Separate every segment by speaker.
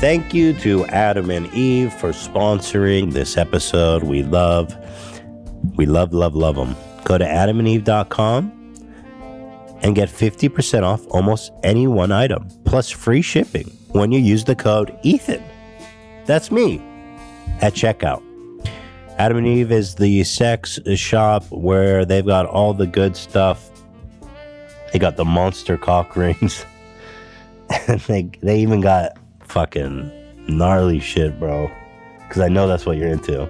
Speaker 1: Thank you to Adam and Eve for sponsoring this episode. We love, we love, love, love them. Go to adamandeve.com and get 50% off almost any one item, plus free shipping when you use the code Ethan. That's me at checkout. Adam and Eve is the sex shop where they've got all the good stuff. They got the monster cock rings. and they, they even got fucking gnarly shit, bro. Because I know that's what you're into.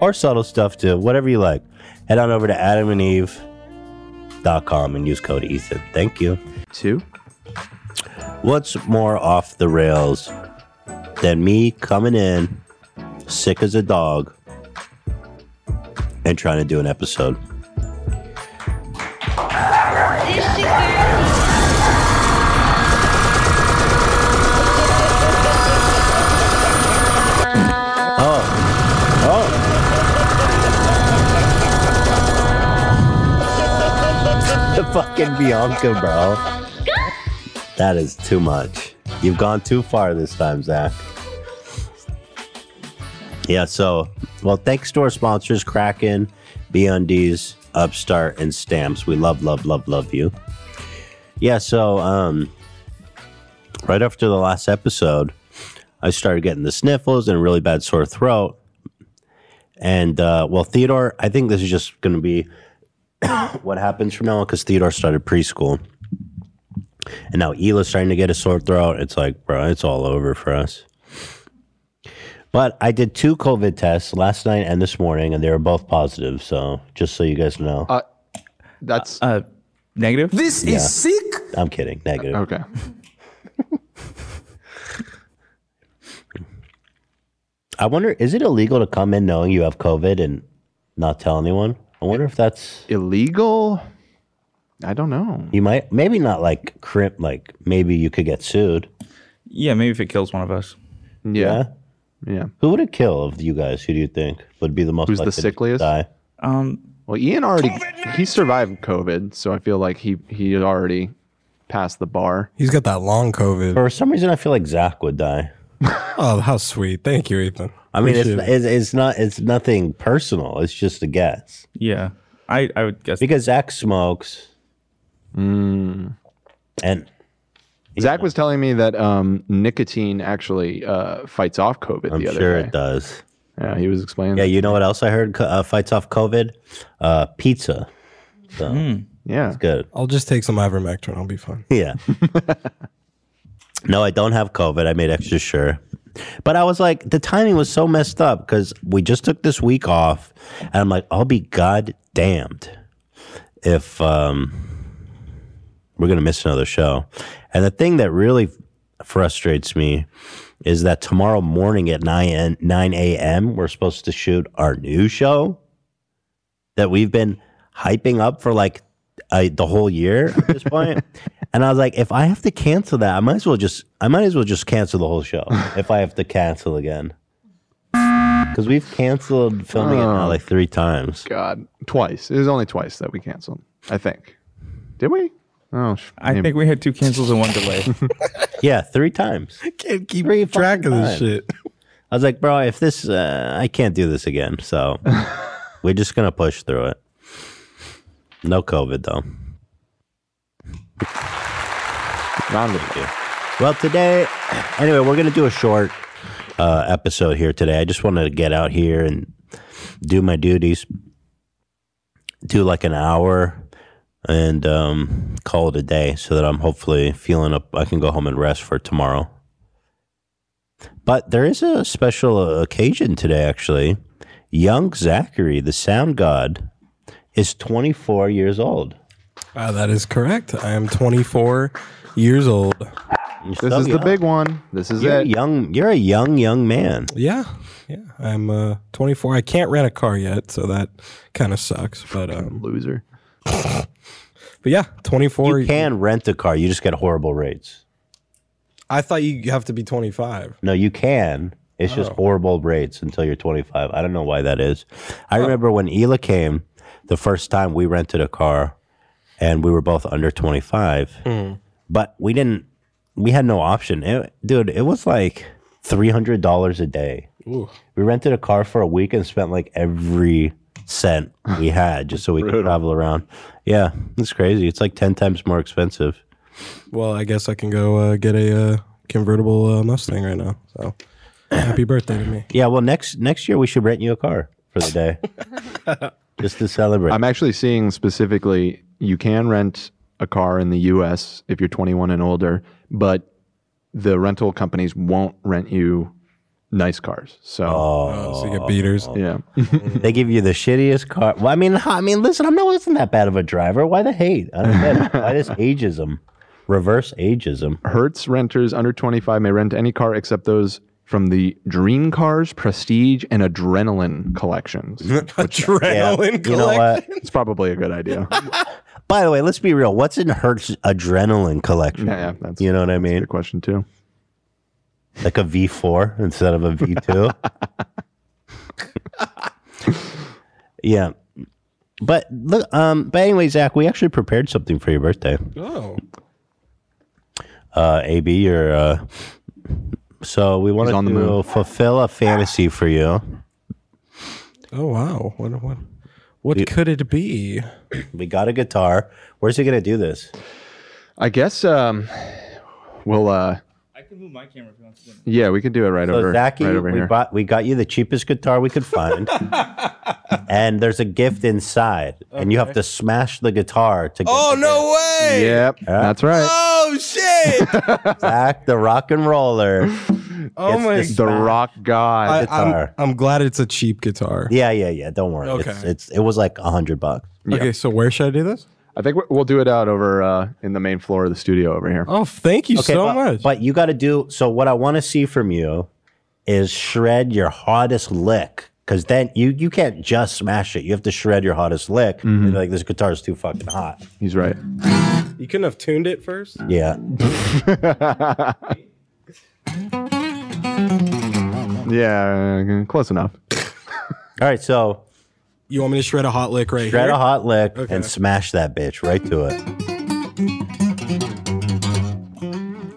Speaker 1: Or subtle stuff too, whatever you like. Head on over to adamandeve.com and use code Ethan. Thank you.
Speaker 2: Two?
Speaker 1: What's more off the rails than me coming in sick as a dog and trying to do an episode? Oh. Oh. the fucking Bianca, bro. That is too much. You've gone too far this time, Zach. Yeah, so, well, thanks to our sponsors, Kraken, BUndies, Upstart, and Stamps. We love, love, love, love you. Yeah, so, um, right after the last episode, I started getting the sniffles and a really bad sore throat. And uh, well, Theodore, I think this is just going to be what happens from now on because Theodore started preschool. And now Ela's starting to get a sore throat. It's like, bro, it's all over for us. But I did two COVID tests last night and this morning, and they were both positive. So just so you guys know,
Speaker 2: Uh, that's
Speaker 3: Uh, negative.
Speaker 4: This is sick.
Speaker 1: I'm kidding. Negative.
Speaker 2: okay.
Speaker 1: I wonder, is it illegal to come in knowing you have COVID and not tell anyone? I wonder if that's
Speaker 2: Illegal? I don't know.
Speaker 1: You might maybe not like crimp like maybe you could get sued.
Speaker 3: Yeah, maybe if it kills one of us.
Speaker 2: Yeah. Yeah.
Speaker 1: Who would it kill of you guys? Who do you think would be the most
Speaker 2: Who's the
Speaker 1: likely to
Speaker 2: sickliest?
Speaker 1: die?
Speaker 3: Um,
Speaker 2: Well, Ian already he survived COVID, so I feel like he he already passed the bar.
Speaker 4: He's got that long COVID.
Speaker 1: For some reason, I feel like Zach would die.
Speaker 4: Oh, how sweet. Thank you, Ethan.
Speaker 1: I mean, it's,
Speaker 4: Appreciate it.
Speaker 1: it's it's not it's nothing personal. It's just a guess
Speaker 3: yeah, I I would guess.
Speaker 1: because Zach smokes,
Speaker 2: Mm.
Speaker 1: and
Speaker 2: Zach was telling me that um, nicotine actually uh, fights off COVID
Speaker 1: I'm
Speaker 2: the other
Speaker 1: sure
Speaker 2: day.
Speaker 1: it does.
Speaker 2: Yeah, he was explaining.
Speaker 1: Yeah, you know what else I heard co- uh, fights off COVID? Uh, pizza. So
Speaker 2: yeah.
Speaker 1: good.
Speaker 4: I'll just take some ivermectin. I'll be fine.
Speaker 1: Yeah. no, I don't have COVID. I made extra sure. But I was like, the timing was so messed up because we just took this week off, and I'm like, I'll be god damned if um, we're gonna miss another show. And the thing that really frustrates me is that tomorrow morning at nine nine a.m. we're supposed to shoot our new show that we've been hyping up for like uh, the whole year at this point. and I was like, if I have to cancel that, I might as well just I might as well just cancel the whole show if I have to cancel again. Because we've canceled filming it now like three times.
Speaker 2: God, twice. It was only twice that we canceled. I think. Did we? Oh, sh-
Speaker 3: I think we had two cancels and one delay.
Speaker 1: Yeah, three times.
Speaker 4: I can't keep
Speaker 1: Three fucking
Speaker 4: track of
Speaker 1: times.
Speaker 4: this shit.
Speaker 1: I was like, bro, if this, uh, I can't do this again. So we're just gonna push through it. No COVID though.
Speaker 2: round of
Speaker 1: you. Well, today, anyway, we're going to do a short uh, episode here today. I just wanted to get out here and do my duties, do like an hour, and um, call it a day so that I'm hopefully feeling up. I can go home and rest for tomorrow. But there is a special occasion today, actually. Young Zachary, the sound god, is 24 years old.
Speaker 4: Uh, Wow, that is correct. I am 24 years old.
Speaker 1: You're
Speaker 2: This
Speaker 1: so
Speaker 2: is the
Speaker 1: young.
Speaker 2: big one. This is
Speaker 1: You're a
Speaker 2: it.
Speaker 1: young. You're a young young man.
Speaker 4: Yeah, yeah. I'm uh, 24. I can't rent a car yet, so that kind of sucks. But um,
Speaker 2: Loser.
Speaker 4: but yeah, 24.
Speaker 1: You can rent a car. You just get horrible rates.
Speaker 4: I thought you have to be 25.
Speaker 1: No, you can. It's just horrible rates until you're 25. I don't know why that is. I remember when Hila came the first time we rented a car and we were both under 25, but we didn't, we had no option. It, dude, it was like $300 a day. We rented a car for a week and spent like every cent we had just so we could travel around. Yeah, it's crazy. It's like 10 times more expensive.
Speaker 4: Well, I guess I can go uh, get a uh, convertible uh, Mustang right now. So happy birthday to me.
Speaker 1: Yeah, well, next next year we should rent you a car for the day, just to celebrate.
Speaker 2: I'm actually seeing specifically you can rent a car in the US if you're 21 and older, but the rental companies won't rent you nice cars. So,
Speaker 1: Oh.
Speaker 4: Uh, so you get beaters.
Speaker 2: yeah.
Speaker 1: they give you the shittiest car. Well, I mean, h- I mean, listen, I'm not wasn't that bad of a driver. Why the hate? I don't get it. Why this ageism? Reverse ageism.
Speaker 2: Hertz renters under 25 may rent any car except those from the Dream Cars, Prestige, and Adrenaline collections.
Speaker 1: Yeah,
Speaker 4: Adrenaline
Speaker 1: you know what?
Speaker 2: it's probably a good idea.
Speaker 1: By the way, let's be real. What's in Hertz adrenaline collection?
Speaker 2: Yeah, yeah, that's-
Speaker 1: you know what I
Speaker 2: Good
Speaker 1: mean.
Speaker 2: question, too.
Speaker 1: Like a V4 instead of a V2. yeah, but look. Um, but anyway, Zach, we actually prepared something for your birthday.
Speaker 4: Oh,
Speaker 1: uh, AB, or uh, so we want
Speaker 2: He's on the
Speaker 1: to
Speaker 2: move.
Speaker 1: fulfill a fantasy for you.
Speaker 4: oh wow. What what what could it be?
Speaker 1: We got a guitar. Where's he gonna do this?
Speaker 2: I guess um, we'll, uh,
Speaker 3: I can move my camera if you want to.
Speaker 2: yeah, we could do it right
Speaker 1: So
Speaker 2: over,
Speaker 1: Zachy,
Speaker 2: right over
Speaker 1: we
Speaker 2: here.
Speaker 1: bought, we got you the cheapest guitar we could find, and there's a gift inside, and you have to smash the guitar to get
Speaker 4: Oh no way!
Speaker 2: Yep, that's right.
Speaker 4: Oh shit!
Speaker 1: Zach, the rock and roller.
Speaker 4: Oh
Speaker 1: It's
Speaker 4: my
Speaker 1: this-
Speaker 2: The rock god.
Speaker 4: I, I'm,
Speaker 1: guitar.
Speaker 4: I'm glad it's a cheap guitar.
Speaker 1: Yeah, yeah, yeah. Don't worry.
Speaker 4: Okay.
Speaker 1: It's, it's it was like a hundred bucks.
Speaker 4: Okay, so where should I do this?
Speaker 2: I think we're- we'll do it out over uh, in the main floor of the studio over here.
Speaker 4: Oh, thank you so
Speaker 1: but,
Speaker 4: much.
Speaker 1: But you got to do so. What I want to see from you is shred your hardest lick, because then you you can't just smash it. You have to shred your hottest lick.
Speaker 4: Mm-hmm.
Speaker 1: And like this guitar is too fucking hot.
Speaker 2: He's right.
Speaker 4: you couldn't have tuned it first.
Speaker 1: Yeah,
Speaker 2: Yeah, uh, close enough.
Speaker 1: All right, so
Speaker 4: You want me to shred a hot lick right
Speaker 1: shred
Speaker 4: here?
Speaker 1: a hot lick
Speaker 4: Okay.
Speaker 1: and smash that bitch right to it.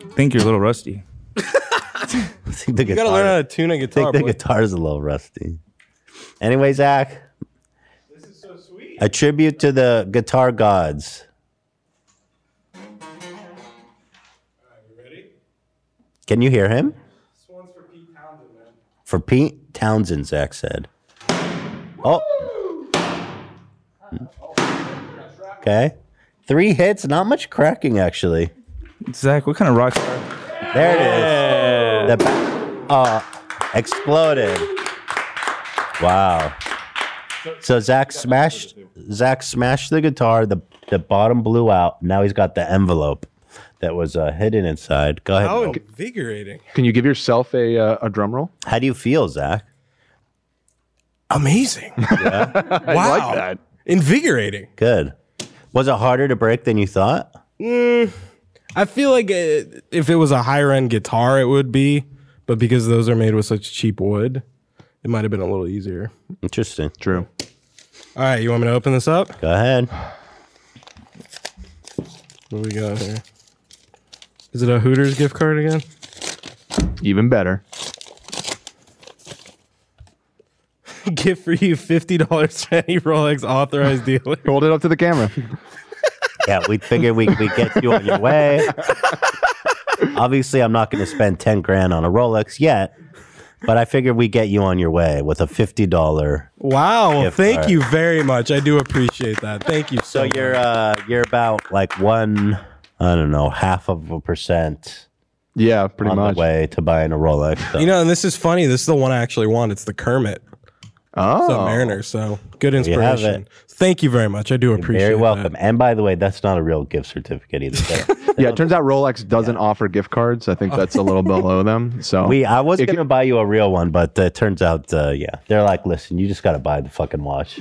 Speaker 3: Think you're a little rusty.
Speaker 1: I think the
Speaker 4: you gotta
Speaker 1: guitar-
Speaker 4: learn how to tune a
Speaker 1: I think
Speaker 4: guitar.
Speaker 1: the
Speaker 4: boy.
Speaker 1: guitar's a little rusty. Anyway, Zach. This is so sweet. A tribute to the guitar gods. Can you hear him? This one's for Pete Townsend, man. For Pete Townsend, Zach said. Oh. Okay. Three hits, not much cracking, actually.
Speaker 3: Zach, what kind of rock star?
Speaker 1: There it is. The ba- oh, exploded. Wow. So Zach smashed Zach smashed the guitar. The the bottom blew out. Now he's got the envelope that was uh, hidden inside. Go ahead.
Speaker 4: How
Speaker 1: Noel.
Speaker 4: invigorating!
Speaker 2: Can you give yourself a uh, a drum roll?
Speaker 1: How do you feel, Zach?
Speaker 4: Amazing! wow,
Speaker 2: I like that.
Speaker 4: invigorating.
Speaker 1: Good. Was it harder to break than you thought?
Speaker 4: I feel like uh if it was a higher end guitar, it would be, but because those are made with such cheap wood, it might have been a little easier.
Speaker 1: Interesting.
Speaker 2: True.
Speaker 4: All right, you want me to open this up?
Speaker 1: Go ahead.
Speaker 4: What do we got here? Is it a Hooters gift card again?
Speaker 2: Even better.
Speaker 4: gift for you fifty dollars for any Rolex authorized dealer.
Speaker 2: Hold it up to the camera.
Speaker 1: Yeah, we figured we we get you on your way. Obviously, I'm not going to spend ten grand on a Rolex yet, but I figured we get you on your way with a fifty dollar.
Speaker 4: Wow,
Speaker 1: Gift
Speaker 4: thank
Speaker 1: card.
Speaker 4: you very much. I do appreciate that. Thank you so.
Speaker 1: So you're uh you're about like one, I don't know, half of a percent
Speaker 2: Yeah, pretty
Speaker 1: on
Speaker 2: much.
Speaker 1: the way to buying a Rolex. So
Speaker 4: you know, and this is funny. This is the one I actually want. It's the Kermit.
Speaker 2: Oh,
Speaker 4: So Mariners. So good
Speaker 1: you have it.
Speaker 4: inspiration. Thank you very much. I do appreciate.
Speaker 1: Very welcome.
Speaker 4: That.
Speaker 1: And by the way, that's not a real gift certificate either. They-
Speaker 2: yeah. It turns out Rolex doesn't offer gift cards. I think that's a little below them. So
Speaker 1: we I was
Speaker 2: It
Speaker 1: gonna buy you a real one, but uh, it turns out, uh, yeah, they're like, listen, you just gotta buy the fucking watch.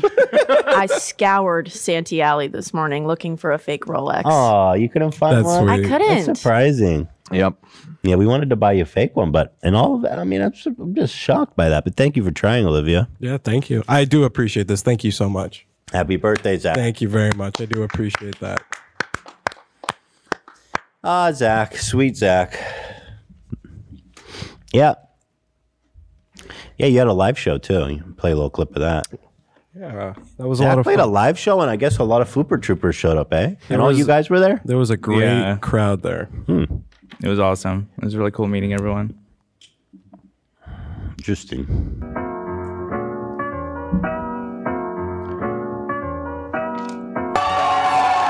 Speaker 5: I scoured Santee Alley this morning looking for a fake Rolex.
Speaker 1: oh, you couldn't find
Speaker 4: That's
Speaker 1: one.
Speaker 4: sweet.
Speaker 5: I
Speaker 1: That's
Speaker 5: couldn't.
Speaker 1: surprising.
Speaker 2: Yep.
Speaker 1: Yeah, we wanted to buy you a fake one, but and all of that. I mean, I'm, su- I'm just shocked by that. But thank you for trying, Olivia.
Speaker 4: Yeah, thank you. I do appreciate this. Thank you so much.
Speaker 1: Happy birthday, Zach.
Speaker 4: Thank you very much. I do appreciate that.
Speaker 1: Ah, Zach, sweet Zach. Yeah. Yeah, you had a live show too. You can play a little clip of that.
Speaker 4: Yeah, that was a
Speaker 1: Zach
Speaker 4: lot of
Speaker 1: played
Speaker 4: fun.
Speaker 1: a live show, and I guess a lot of Fooper Troopers showed up, eh? and all
Speaker 4: was-
Speaker 1: you guys were there.
Speaker 4: there was a great
Speaker 3: Yeah.
Speaker 4: crowd there.
Speaker 3: It was awesome. It was really cool meeting everyone.
Speaker 1: Interesting.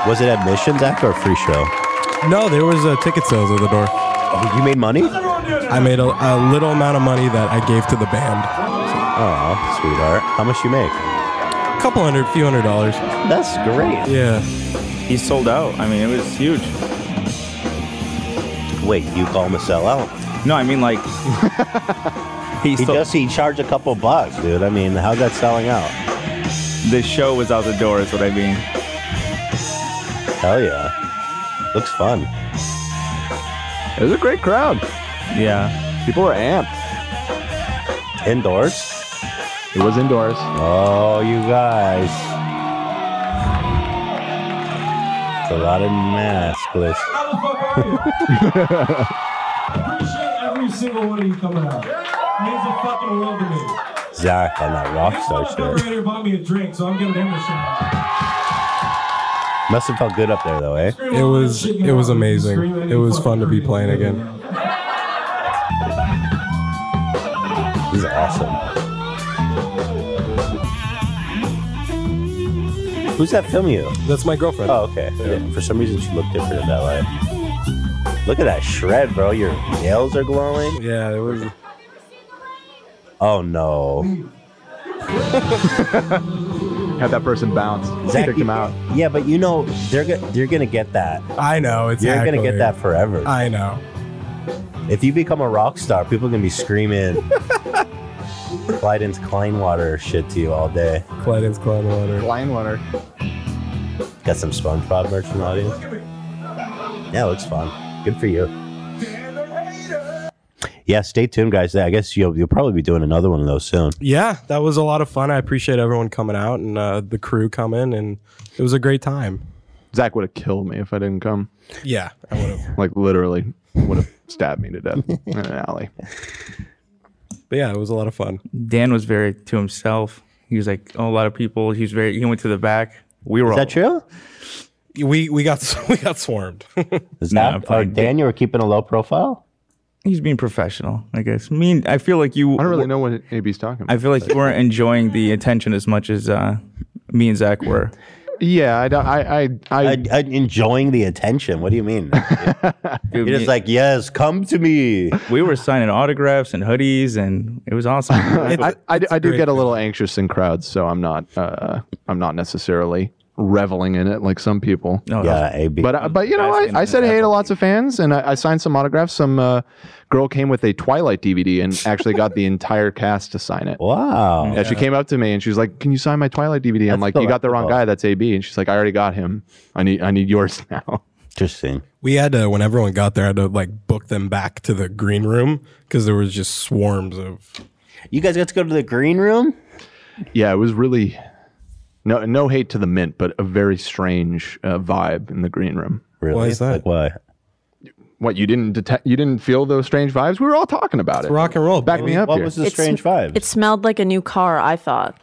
Speaker 1: Was it admission, Zach, or a free show?
Speaker 4: No, there was uh, ticket sales at the door.
Speaker 1: Oh, you made money?
Speaker 4: I made a, a little amount of money that I gave to the band.
Speaker 1: Oh, sweetheart. How much you make?
Speaker 4: A couple hundred, few hundred dollars.
Speaker 1: That's great.
Speaker 4: Yeah.
Speaker 3: He sold out. I mean, it was huge.
Speaker 1: Wait, you call him a sellout?
Speaker 3: No, I mean like he
Speaker 1: He
Speaker 3: sold.
Speaker 1: just he charged a couple bucks, dude. I mean, how's that selling out?
Speaker 3: the show was out the door. Is what I mean.
Speaker 1: Hell yeah. Looks fun.
Speaker 2: It was a great crowd.
Speaker 3: Yeah.
Speaker 2: People were amped.
Speaker 1: Indoors?
Speaker 2: It was indoors.
Speaker 1: Oh, you guys. It's a lot of maskless.
Speaker 6: Appreciate every single one of you coming out. Means the fucking world to me.
Speaker 1: Zach on that rock star
Speaker 6: My
Speaker 1: shit.
Speaker 6: Numerator bought me a drink, so I'm giving him a shout.
Speaker 1: Must have felt good up there though, eh?
Speaker 4: It was- it was amazing. It was fun to be playing again.
Speaker 1: This is awesome. Who's that filming you?
Speaker 4: That's my girlfriend.
Speaker 1: Oh, okay. Yeah, For some reason, she looked different in that light. Look at that shred, bro. Your nails are glowing.
Speaker 4: Yeah, it was.
Speaker 1: Oh no,
Speaker 2: Had that person bounce.
Speaker 1: Zach,
Speaker 2: Kicked
Speaker 1: you-
Speaker 2: him out.
Speaker 1: Yeah, but you know they're go- they're gonna get that.
Speaker 4: I know. It's
Speaker 1: You're gonna get
Speaker 4: accolade.
Speaker 1: that forever.
Speaker 4: I know.
Speaker 1: If you become a rock star, people are gonna be screaming Clyden's Kleinwater shit to you all day.
Speaker 4: Clyden's Clyde Water.
Speaker 2: Lion water.
Speaker 1: Got some SpongeBob merch in the audience. Yeah, it looks fun. Good for you. Yeah, stay tuned, guys. I guess you'll, you'll probably be doing another one of those soon.
Speaker 4: Yeah, that was a lot of fun. I appreciate everyone coming out and uh, the crew coming, and it was a great time.
Speaker 2: Zach would have killed me if I didn't come.
Speaker 4: Yeah, I would have.
Speaker 2: Like literally would have stabbed me to death in an alley.
Speaker 4: But yeah, it was a lot of fun.
Speaker 3: Dan was very to himself. He was like, oh, a lot of people. He was very. He went to the back. We were.
Speaker 1: Is that true?
Speaker 4: We we got we got swarmed.
Speaker 1: Is
Speaker 3: Nah,
Speaker 1: that
Speaker 3: I'm
Speaker 1: or
Speaker 3: fine.
Speaker 1: Dan? You were keeping a low profile.
Speaker 3: He's being professional, I guess. I mean, I feel like you.
Speaker 2: I don't really know what AB's talking about.
Speaker 3: I feel like you weren't enjoying the attention as much as uh, me and Zach were.
Speaker 2: yeah, I don't. I. I. I,
Speaker 1: I, I, enjoying the attention. What do you mean?
Speaker 3: Dude,
Speaker 1: You're
Speaker 3: me-
Speaker 1: just like, yes, come to me.
Speaker 3: we were signing autographs and hoodies, and it was awesome.
Speaker 2: I, I, I do
Speaker 4: great
Speaker 2: get a little anxious in crowds, so I'm not. Uh, I'm not necessarily reveling in it like some people.
Speaker 3: No,
Speaker 1: Yeah, AB.
Speaker 2: But I- but you know, I, I said hey to lots of fans, and I, I signed some autographs. Some uh, girl came with a Twilight DVD and actually got the entire cast to sign it.
Speaker 1: wow.
Speaker 2: Yeah, she came up to me and she was like, "Can you sign my Twilight DVD?" I'm like,
Speaker 1: the
Speaker 2: "You got the wrong
Speaker 1: level.
Speaker 2: guy. That's AB." And she's like, "I already got him. I need I need yours now."
Speaker 1: Interesting.
Speaker 4: We had to when everyone got there, I had to like book them back to the green room because there was just swarms of.
Speaker 1: You guys got to go to the green room.
Speaker 2: yeah, it was really no no hate to the mint, but a very strange uh, vibe in the green room.
Speaker 1: Really?
Speaker 4: Why is that?
Speaker 1: Like, why?
Speaker 2: What you didn't detect? You didn't feel those strange vibes? We were all talking about it.
Speaker 4: Rock and roll.
Speaker 2: Back me up
Speaker 1: What
Speaker 2: here.
Speaker 1: was the
Speaker 5: It's-
Speaker 1: strange vibe?
Speaker 5: It smelled like a new car, I thought.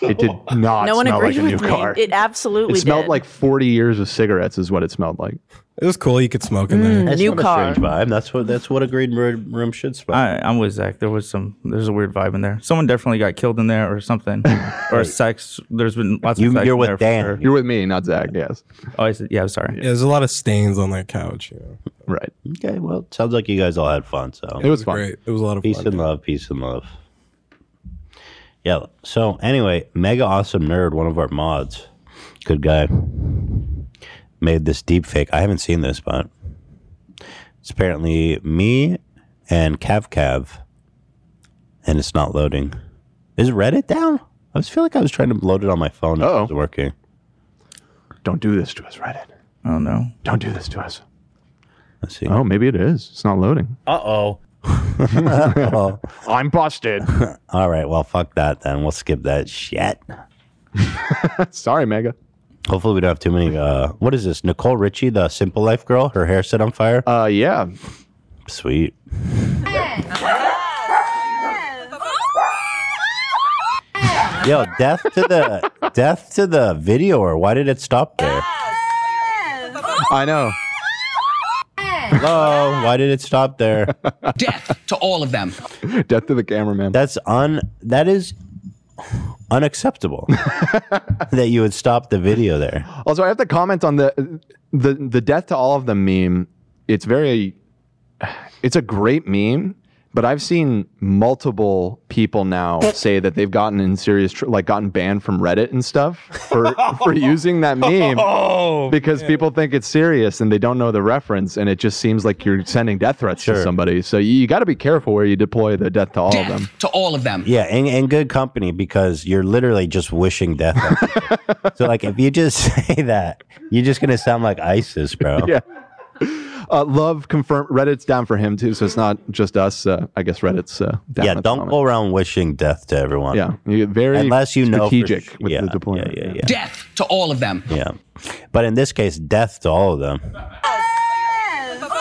Speaker 2: it did not
Speaker 5: No one
Speaker 2: smell
Speaker 5: agreed
Speaker 2: like a new
Speaker 5: with me.
Speaker 2: car.
Speaker 5: It absolutely
Speaker 2: It smelled
Speaker 5: did.
Speaker 2: like 40 years of cigarettes is what it smelled like.
Speaker 4: It was cool. You could smoke in there.
Speaker 5: a new
Speaker 1: What a
Speaker 5: car.
Speaker 1: strange vibe. That's what. That's what a green room room should smell.
Speaker 3: I, I'm with Zach. There was some. There's a weird vibe in there. Someone definitely got killed in there, or something, or sex. There's been lots
Speaker 1: You-
Speaker 3: of sex
Speaker 1: you're
Speaker 3: in
Speaker 1: with
Speaker 3: there for
Speaker 1: Dan.
Speaker 3: sure.
Speaker 2: You're with me, not Zach. Yes,
Speaker 3: Oh, I said, yeah. I'm sorry.
Speaker 4: Yeah, there's a lot of stains on that couch. You know,
Speaker 2: right.
Speaker 1: okay. Well, sounds like you guys all had fun. So
Speaker 2: It was fun.
Speaker 4: great. It was a lot of
Speaker 1: peace
Speaker 4: fun.
Speaker 1: and love. Peace and love. Yeah. So anyway, mega awesome nerd, one of our mods, good guy, made this deep fake. I haven't seen this, but it's apparently me and Cav Cav, and it's not loading. Is Reddit down? I just feel like I was trying to load it on my phone. and It
Speaker 2: Uh-oh.
Speaker 1: was working.
Speaker 2: Don't do this to us, Reddit.
Speaker 3: Oh no.
Speaker 2: Don't do this to us.
Speaker 1: Let's see.
Speaker 2: Oh, maybe it is. It's not loading.
Speaker 7: Uh oh.
Speaker 2: I'm busted.
Speaker 1: All right. Well, fuck that then. We'll skip that shit.
Speaker 2: Sorry, Mega.
Speaker 1: Hopefully, we don't have too many. Uh, what is this? Nicole Richie, the Simple Life girl. Her hair set on fire.
Speaker 2: Uh, yeah.
Speaker 1: Sweet. Yo, death to the death to the videoer. Why did it stop there?
Speaker 2: I know.
Speaker 1: Hello, Oh, why did it stop there?
Speaker 8: Death to all of them.
Speaker 2: Death to the cameraman.
Speaker 1: That's un that is unacceptable that you would stop the video there.
Speaker 2: Also, I have to comment on the the the death to all of them meme. It's very, it's a great meme, but I've seen multiple people now say that they've gotten in serious tr- like gotten banned from Reddit and stuff for for using that meme because people think it's serious and they don't know the reference and it just seems like you're sending death threats to somebody. So you, got to be careful where you deploy the death to all of them.
Speaker 8: Death to all of them.
Speaker 1: Yeah, and, and good company because you're literally just wishing death. on people. so like if you just say that, you're just gonna sound like ISIS, bro.
Speaker 2: Yeah. Uh, love confirm Reddit's down for him too, so it's not just us. Uh, I guess Reddit's uh, down.
Speaker 1: Yeah,
Speaker 2: at the
Speaker 1: don't
Speaker 2: moment.
Speaker 1: go around wishing death to everyone.
Speaker 2: Yeah, you get very
Speaker 1: Unless you know for
Speaker 2: strategic
Speaker 1: sh-
Speaker 2: with
Speaker 1: yeah,
Speaker 2: the deployment.
Speaker 1: Yeah, yeah, yeah.
Speaker 8: Death to all of them.
Speaker 1: Yeah. But in this case, death to all of them.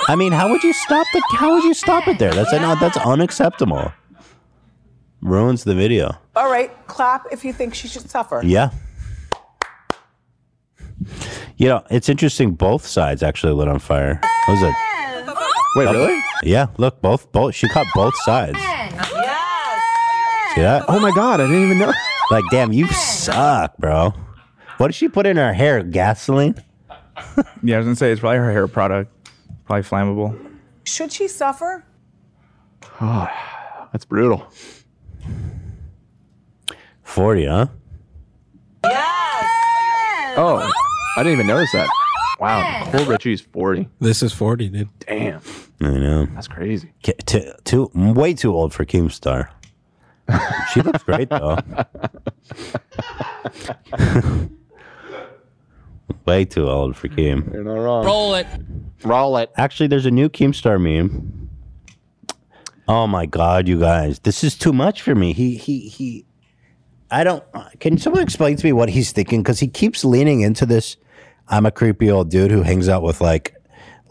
Speaker 1: I mean, how would you stop the how would you stop it there? That's no, that's unacceptable. Ruins the video.
Speaker 9: All right, clap if you think she should suffer.
Speaker 1: Yeah. You know, it's interesting both sides actually lit on fire. What was it?
Speaker 2: Wait, really?
Speaker 1: Yeah, look, both both she caught both sides. See that?
Speaker 2: Oh my god, I didn't even know.
Speaker 1: Like, damn, you suck, bro. What did she put in her hair? Gasoline?
Speaker 3: Yeah, I was gonna say it's probably her hair product, probably flammable.
Speaker 9: Should she suffer?
Speaker 2: That's brutal.
Speaker 1: 40, huh?
Speaker 2: Oh, I didn't even notice that. Wow, Nicole Richie's forty.
Speaker 4: This is 40, dude.
Speaker 2: Damn,
Speaker 1: I know.
Speaker 2: that's crazy.
Speaker 1: K- Too, too, way too old for Keemstar. she looks great though. way too old for Keem.
Speaker 2: You're not wrong.
Speaker 8: Roll it.
Speaker 2: Roll it.
Speaker 1: Actually, there's a new Keemstar meme. Oh my god, you guys, this is too much for me. He he he. I don't. Can someone explain to me what he's thinking? Because he keeps leaning into this. I'm a creepy old dude who hangs out with like,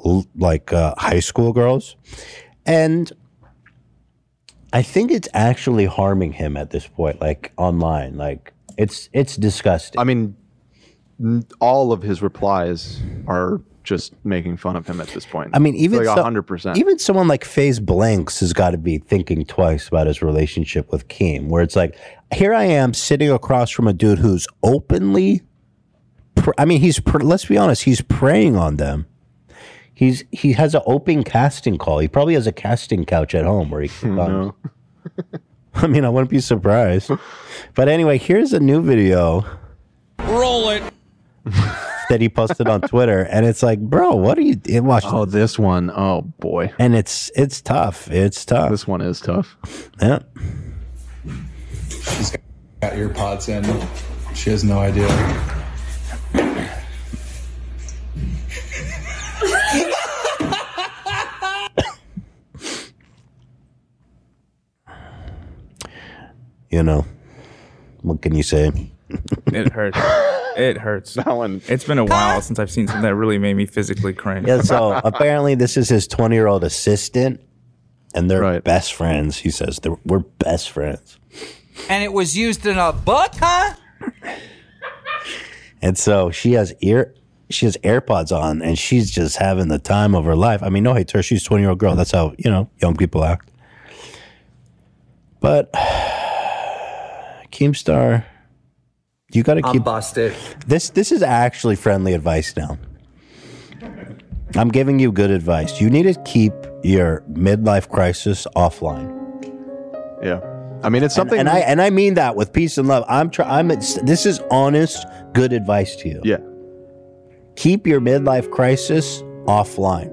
Speaker 1: l- like uh, high school girls, and I think it's actually harming him at this point. Like online, like it's it's disgusting.
Speaker 2: I mean, n- all of his replies are just making fun of him at this point.
Speaker 1: I mean, even
Speaker 2: like
Speaker 1: so-
Speaker 2: hundred percent.
Speaker 1: Even someone like FaZe Blanks has got to be thinking twice about his relationship with Keem, where it's like, here I am sitting across from a dude who's openly, pr- I mean, he's pr- let's be honest, he's preying on them. He's he has an open casting call. He probably has a casting couch at home where he can.
Speaker 2: No.
Speaker 1: I mean, I wouldn't be surprised. But anyway, here's a new video
Speaker 8: Roll it.
Speaker 1: that he posted on Twitter, and it's like, bro, what are you? And watch,
Speaker 2: Oh, this one. Oh boy,
Speaker 1: and it's it's tough. It's tough.
Speaker 2: this one is tough.
Speaker 1: yeah.
Speaker 10: got ear pods in. She has no idea.
Speaker 1: you know, what can you say?
Speaker 3: It hurts. it hurts.
Speaker 2: That one.
Speaker 3: It's been a while since I've seen something that really made me physically cringe.
Speaker 1: Yeah, so apparently this is his 20 year old assistant, and they're
Speaker 2: Right.
Speaker 1: best friends. He says, they're, We're best friends.
Speaker 8: And it was used in a book, huh?
Speaker 1: And so she has ear. She has AirPods on and she's just having the time of her life. I mean, no hate to her. She's a 20 year old girl. That's how, you know, young people act. But Keemstar, you got to keep
Speaker 7: busted.
Speaker 1: This this is actually friendly advice now. I'm giving you good advice. You need to keep your midlife crisis offline.
Speaker 2: Yeah. I mean, it's something.
Speaker 1: and I and I mean that with peace and love. I'm try. I'm. This is honest, good advice to you.
Speaker 2: Yeah.
Speaker 1: Keep your midlife crisis offline.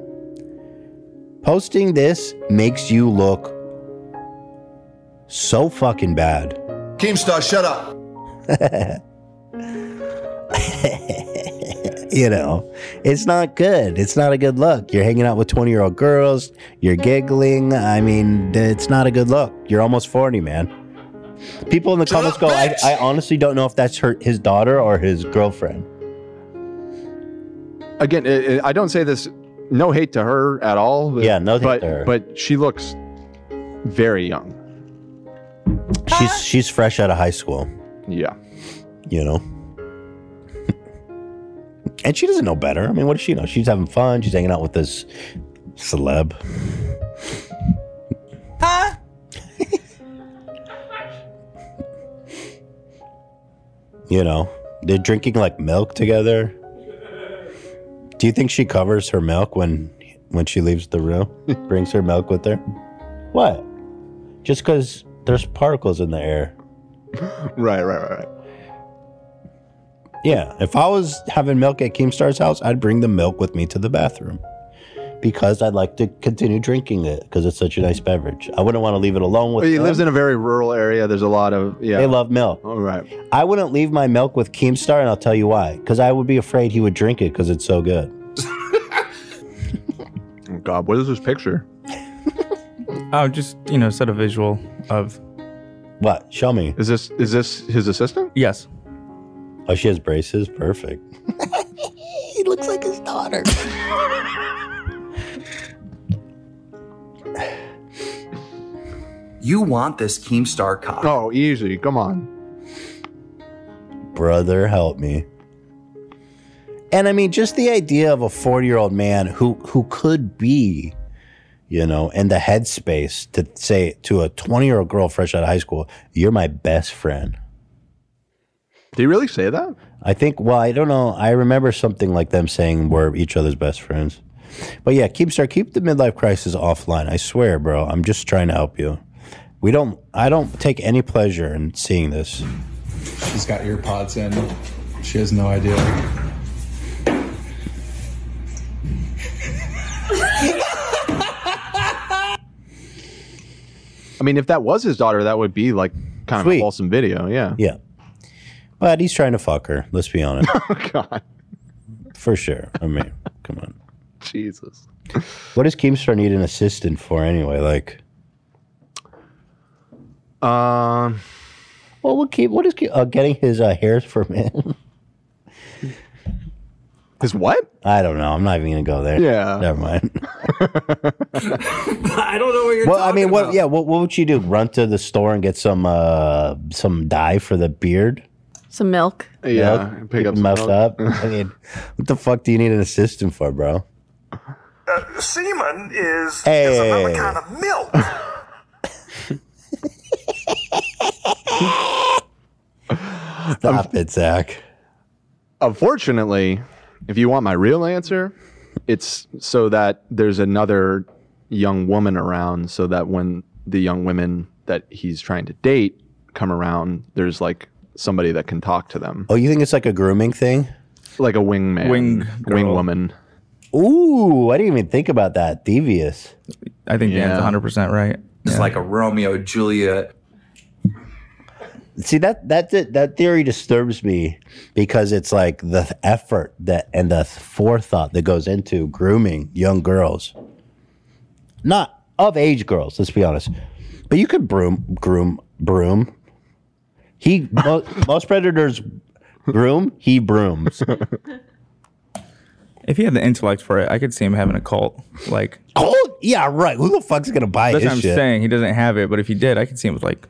Speaker 1: Posting this makes you look so fucking bad.
Speaker 10: Keemstar, shut up.
Speaker 1: you know, it's not good. It's not a good look. You're hanging out with 20 year old girls, you're giggling. I mean, it's not a good look. You're almost 40, man. People in the comments go, I, I honestly don't know if that's her, his daughter or his girlfriend.
Speaker 2: again, i I I don't say this. No hate to her at all. But,
Speaker 1: Yeah, no hate
Speaker 2: but,
Speaker 1: to her.
Speaker 2: But she looks very young.
Speaker 1: She's she's fresh out of high school,
Speaker 2: Yeah.
Speaker 1: you know. and she doesn't know better. I mean, what does she know? She's having fun. She's hanging out with this celeb. you know, they're drinking like milk together. Do you think she covers her milk when when she leaves the room? Brings her milk with her? What? Just because there's particles in the air.
Speaker 2: Right, right, right, right.
Speaker 1: Yeah, if I was having milk at Keemstar's house, I'd bring the milk with me to the bathroom because I'd like to continue drinking it because it's such a nice beverage. I wouldn't want to leave it alone with.
Speaker 2: But he
Speaker 1: them.
Speaker 2: lives in a very rural area. There's a lot of yeah.
Speaker 1: They love milk.
Speaker 2: All right.
Speaker 1: I wouldn't leave my milk with Keemstar, and I'll tell you why. Because I would be afraid he would drink it because it's so good.
Speaker 2: Oh, God, what is this picture?
Speaker 3: Oh, just you know, set a visual of
Speaker 1: What? Show me.
Speaker 2: Is this is this his assistant?
Speaker 3: yes.
Speaker 1: Oh, she has braces. Perfect.
Speaker 11: He looks like his daughter.
Speaker 7: You want this Keemstar cock.
Speaker 2: Oh, easy. Come on.
Speaker 1: Brother, help me. And I mean, just the idea of a forty-year-old man who who could be, you know, in the headspace to say to a twenty-year-old girl fresh out of high school, "You're my best friend."
Speaker 2: Did he really say that?
Speaker 1: I think. Well, I don't know. I remember something like them saying we're each other's best friends. But yeah, Keemstar, keep the midlife crisis offline. I swear, bro. I'm just trying to help you. We don't. I don't take any pleasure in seeing this.
Speaker 10: She's got ear pods in. She has no idea.
Speaker 2: I mean, if that was his daughter, that would be like kind of
Speaker 1: Sweet.
Speaker 2: a wholesome video. Yeah.
Speaker 1: Yeah, but he's trying to fuck her. Let's be honest,
Speaker 2: Oh, God,
Speaker 1: for sure. I mean, come on.
Speaker 2: Jesus.
Speaker 1: What does Keemstar need an assistant for anyway? Like,
Speaker 2: Um,
Speaker 1: what would Keem? What is Keem, uh, getting his uh, hairs for men?
Speaker 2: his what?
Speaker 1: I don't know. I'm not even gonna go there.
Speaker 2: Yeah.
Speaker 1: Never mind.
Speaker 7: I don't know what you're
Speaker 1: Well,
Speaker 7: talking
Speaker 1: I mean, what?
Speaker 7: about.
Speaker 1: Yeah, what, what would you do? Run to the store and get some uh some dye for the beard?
Speaker 5: Some milk.
Speaker 2: Yeah.
Speaker 1: Milk?
Speaker 2: Pick up some
Speaker 1: muffed
Speaker 2: milk.
Speaker 1: up. I mean, what the fuck do you need an assistant for, bro?
Speaker 12: Semen is, is
Speaker 1: Hey.
Speaker 12: another kind of milk.
Speaker 1: Stop it, Zach.
Speaker 2: Unfortunately, if you want my real answer, it's so that there's another young woman around, so that when the young women that he's trying to date come around, there's like somebody that can talk to them,
Speaker 1: Oh, you think it's like a grooming thing?
Speaker 2: like a wingman,
Speaker 3: Wing
Speaker 2: wing
Speaker 3: girl.
Speaker 2: woman.
Speaker 1: Ooh, I didn't even think about that. Devious.
Speaker 3: I think
Speaker 2: Yeah.
Speaker 3: Dan's 100 percent right.
Speaker 7: It's like a Romeo Juliet.
Speaker 1: See that that that- that theory disturbs me because it's like the effort that and the forethought that goes into grooming young girls, not of age girls. Let's be honest, but you could broom groom broom. He mo- most predators groom. He brooms.
Speaker 3: If he had the intellect for it, I could see him having a cult. Like
Speaker 1: Cold? Yeah, right. Who the fuck's gonna buy
Speaker 3: that's
Speaker 1: his
Speaker 3: what I'm
Speaker 1: shit?
Speaker 3: saying. He doesn't have it, but if he did, I could see him with like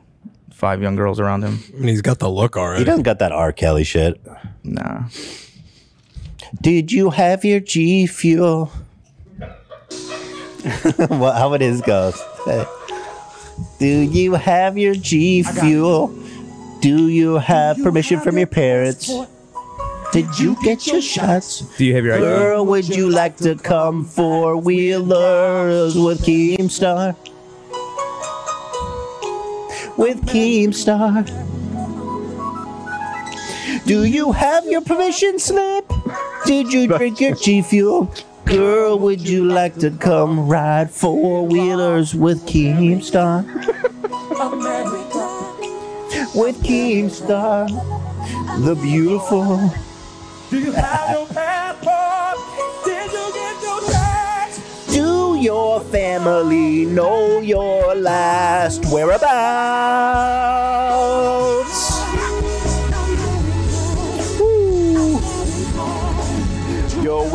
Speaker 3: five young girls around him.
Speaker 4: I mean, he's got the look
Speaker 1: He
Speaker 4: already.
Speaker 1: doesn't got that R. Kelly shit.
Speaker 3: Nah.
Speaker 1: Did you have your G fuel? well, how it is goes. Do you have your G fuel? Do you have permission from your parents? Did you get your shots?
Speaker 3: Do you have your ID?
Speaker 1: Girl, would you like to come four wheelers with Keemstar? with Keemstar. Do you have your permission slip? Did you drink your G Fuel? Girl, would you like to come ride four wheelers with Keemstar? With Keemstar, the beautiful.
Speaker 6: Do you have your passport? Did you get your tax?
Speaker 1: Do your family know your last whereabouts? Woo. Your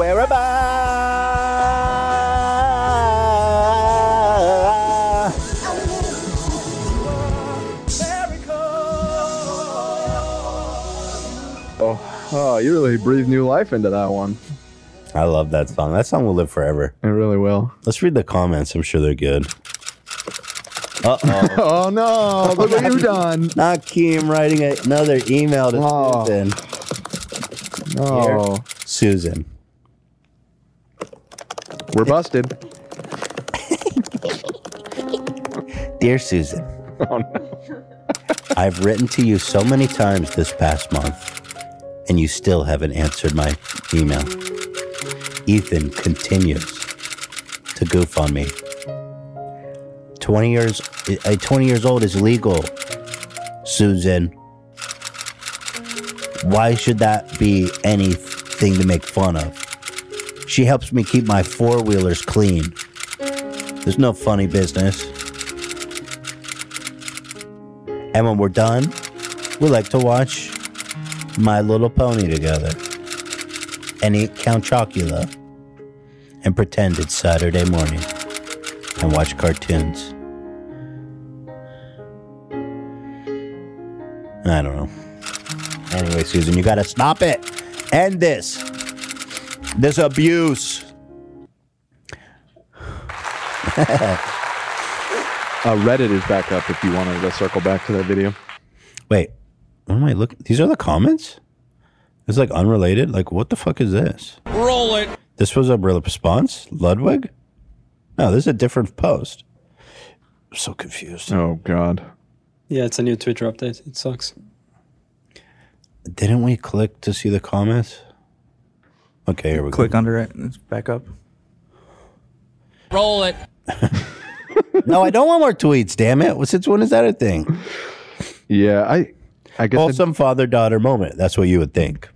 Speaker 1: whereabouts?
Speaker 2: Oh, oh, you really breathed new life into that one.
Speaker 1: I love that song. That song will live forever.
Speaker 2: It really will.
Speaker 1: Let's read the comments. I'm sure they're good. Uh oh.
Speaker 2: Oh no! Look what you've done.
Speaker 1: Not Keem writing another email to
Speaker 2: Oh.
Speaker 1: Susan.
Speaker 2: Oh,
Speaker 1: Susan.
Speaker 2: we're busted.
Speaker 1: Dear Susan,
Speaker 2: Oh no!
Speaker 1: I've written to you so many times this past month, and you still haven't answered my email. Ethan continues to goof on me. 20 years, uh, 20 years old is legal, Susan. Why should that be anything to make fun of? She helps me keep my four wheelers clean. There's no funny business. And when we're done, we like to watch My Little Pony together and eat Count Chocula and pretend it's Saturday morning and watch cartoons. I don't know. Anyway, Susan, you gotta stop it. End this. This abuse.
Speaker 2: Uh, Reddit is back up. If you wanted to circle back to that video,
Speaker 1: Wait, what am I looking? These are the comments. It's like unrelated. Like, what the fuck is this?
Speaker 8: Roll it.
Speaker 1: This was a real response, Ludwig. No, this is a different post. I'm so confused.
Speaker 2: oh god,
Speaker 12: Yeah, it's a new Twitter update. It sucks.
Speaker 1: Didn't we click to see the comments? Okay, here we
Speaker 3: Click under it and it's back up.
Speaker 8: Roll it.
Speaker 1: go. no, I don't want more tweets. Damn it! Well, Since when is that a thing?
Speaker 2: yeah, I, I guess I-
Speaker 1: Wholesome father-daughter moment. That's what you would think.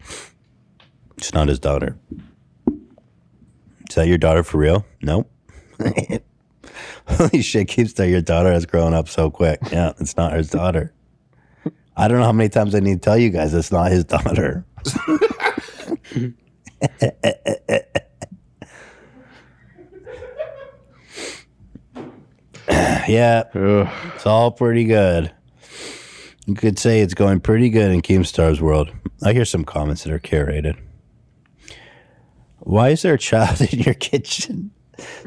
Speaker 1: It's not his daughter. Is that your daughter for real? Nope. Holy shit, keeps that your daughter has grown up so quick. Yeah, it's not his daughter. I don't know how many times I need to tell you guys it's not his daughter. yeah,
Speaker 2: Ugh.
Speaker 1: it's all pretty good. You could say it's going pretty good in Keemstar's world. I hear some comments that are curated. Why is there a child in your kitchen?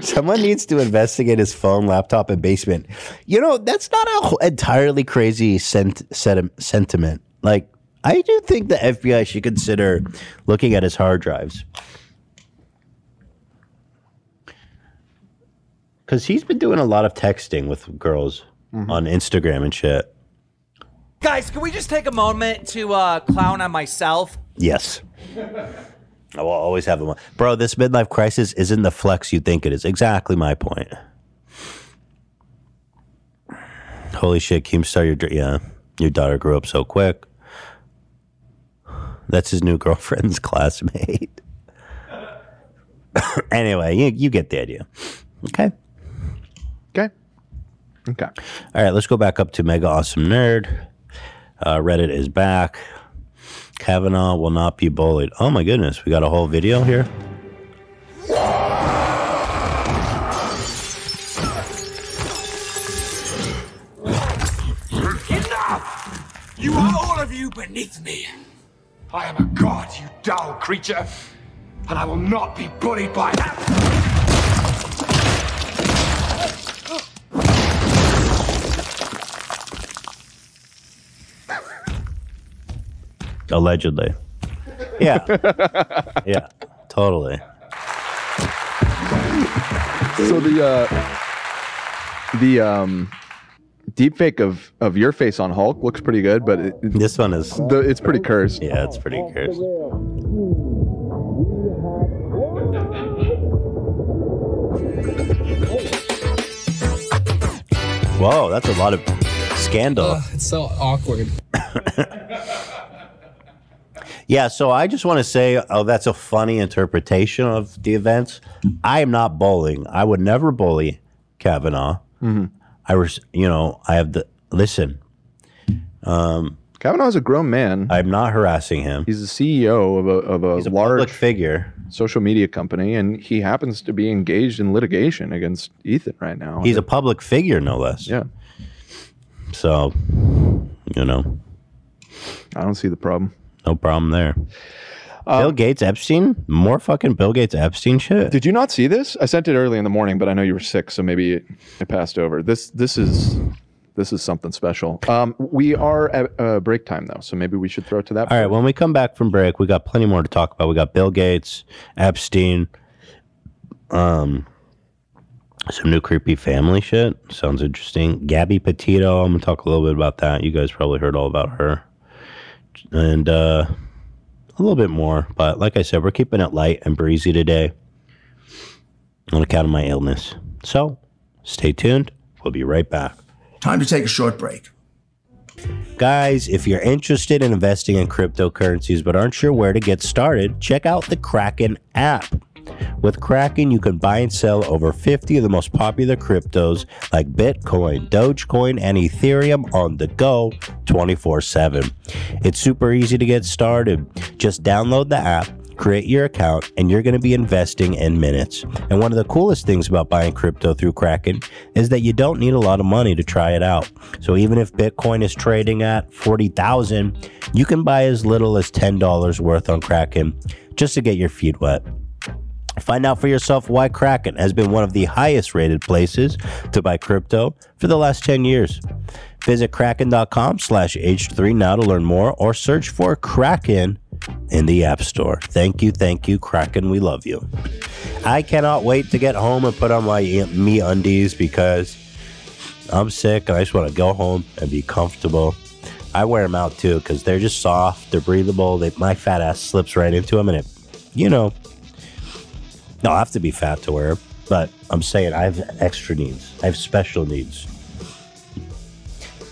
Speaker 1: Someone needs to investigate his phone, laptop, and basement. You know, that's not an entirely crazy sent, senti- sentiment. Like, I do think the FBI should consider looking at his hard drives. Because he's been doing a lot of texting with girls on Instagram and shit.
Speaker 8: Guys, can we just take a moment to uh, clown on myself?
Speaker 1: Yes. I will always have them on. Bro, this midlife crisis isn't the flex you think it is. Exactly my point. Holy shit, Keemstar, your dr- yeah, your daughter grew up so quick. That's his new girlfriend's classmate. anyway, you, you get the idea. Okay.
Speaker 2: okay, okay.
Speaker 1: All right, let's go back up to Mega Awesome Nerd. Uh, Reddit is back. Kavanaugh will not be bullied. Oh my goodness, we got a whole video here.
Speaker 6: Enough! You are all of you beneath me. I am a god, you dull creature, and I will not be bullied by that.
Speaker 1: Allegedly. Yeah. yeah, totally.
Speaker 2: So the uh, the um, deepfake of of your face on Hulk looks pretty good, but it,
Speaker 1: this one is
Speaker 2: the, it's pretty cursed.
Speaker 1: Yeah, it's pretty cursed. Whoa, that's a lot of scandal.
Speaker 12: it's so awkward.
Speaker 1: Yeah, so I just want to say, oh, that's a funny interpretation of the events. I am not bullying. I would never bully Kavanaugh.
Speaker 2: Mhm.
Speaker 1: I was, you know, I have the listen. Um,
Speaker 2: Kavanaugh's a grown man.
Speaker 1: I'm not harassing him.
Speaker 2: He's the CEO of a of a, large
Speaker 1: figure
Speaker 2: social media company, and he happens to be engaged in litigation against Ethan right now.
Speaker 1: He's a public figure, no less.
Speaker 2: Yeah.
Speaker 1: So, you know,
Speaker 2: I don't see the problem.
Speaker 1: No problem there. Bill Gates Epstein, more fucking Bill Gates Epstein shit.
Speaker 2: Did you not see this? I sent it early in the morning, but I know you were sick, so maybe it, it passed over. This this is this is something special. Um, we are at uh, break time though, so maybe we should throw it to that.
Speaker 1: All right, when we come back from break, we got plenty more to talk about. We got Bill Gates, Epstein, um, some new creepy family shit. Sounds interesting. Gabby Petito, I'm gonna talk a little bit about that. You guys probably heard all about her, and uh, a little bit more. But like I said, we're keeping it light and breezy today on account of my illness. So stay tuned. We'll be right back.
Speaker 7: Time to take a short break.
Speaker 1: Guys, if you're interested in investing in cryptocurrencies but aren't sure where to get started, check out the Kraken app. With Kraken, you can buy and sell over 50 of the most popular cryptos like Bitcoin, Dogecoin, and Ethereum on the go 24 7. It's super easy to get started. Just download the app create your account, and you're going to be investing in minutes. And one of the coolest things about buying crypto through Kraken is that you don't need a lot of money to try it out. So even if Bitcoin is trading at 40,000, you can buy as little as $10 worth on Kraken just to get your feet wet. Find out for yourself why Kraken has been one of the highest rated places to buy crypto for the last 10 years. Visit kraken.com slash h3 now to learn more or search for Kraken in the App Store. Thank you, thank you, Kraken. We love you. I cannot wait to get home and put on my me undies because I'm sick and I just want to go home and be comfortable. I wear them out too because they're just soft, they're breathable. They, my fat ass slips right into them and it, you know, no, I have to be fat to wear 'em, but I'm saying I have extra needs. I have special needs.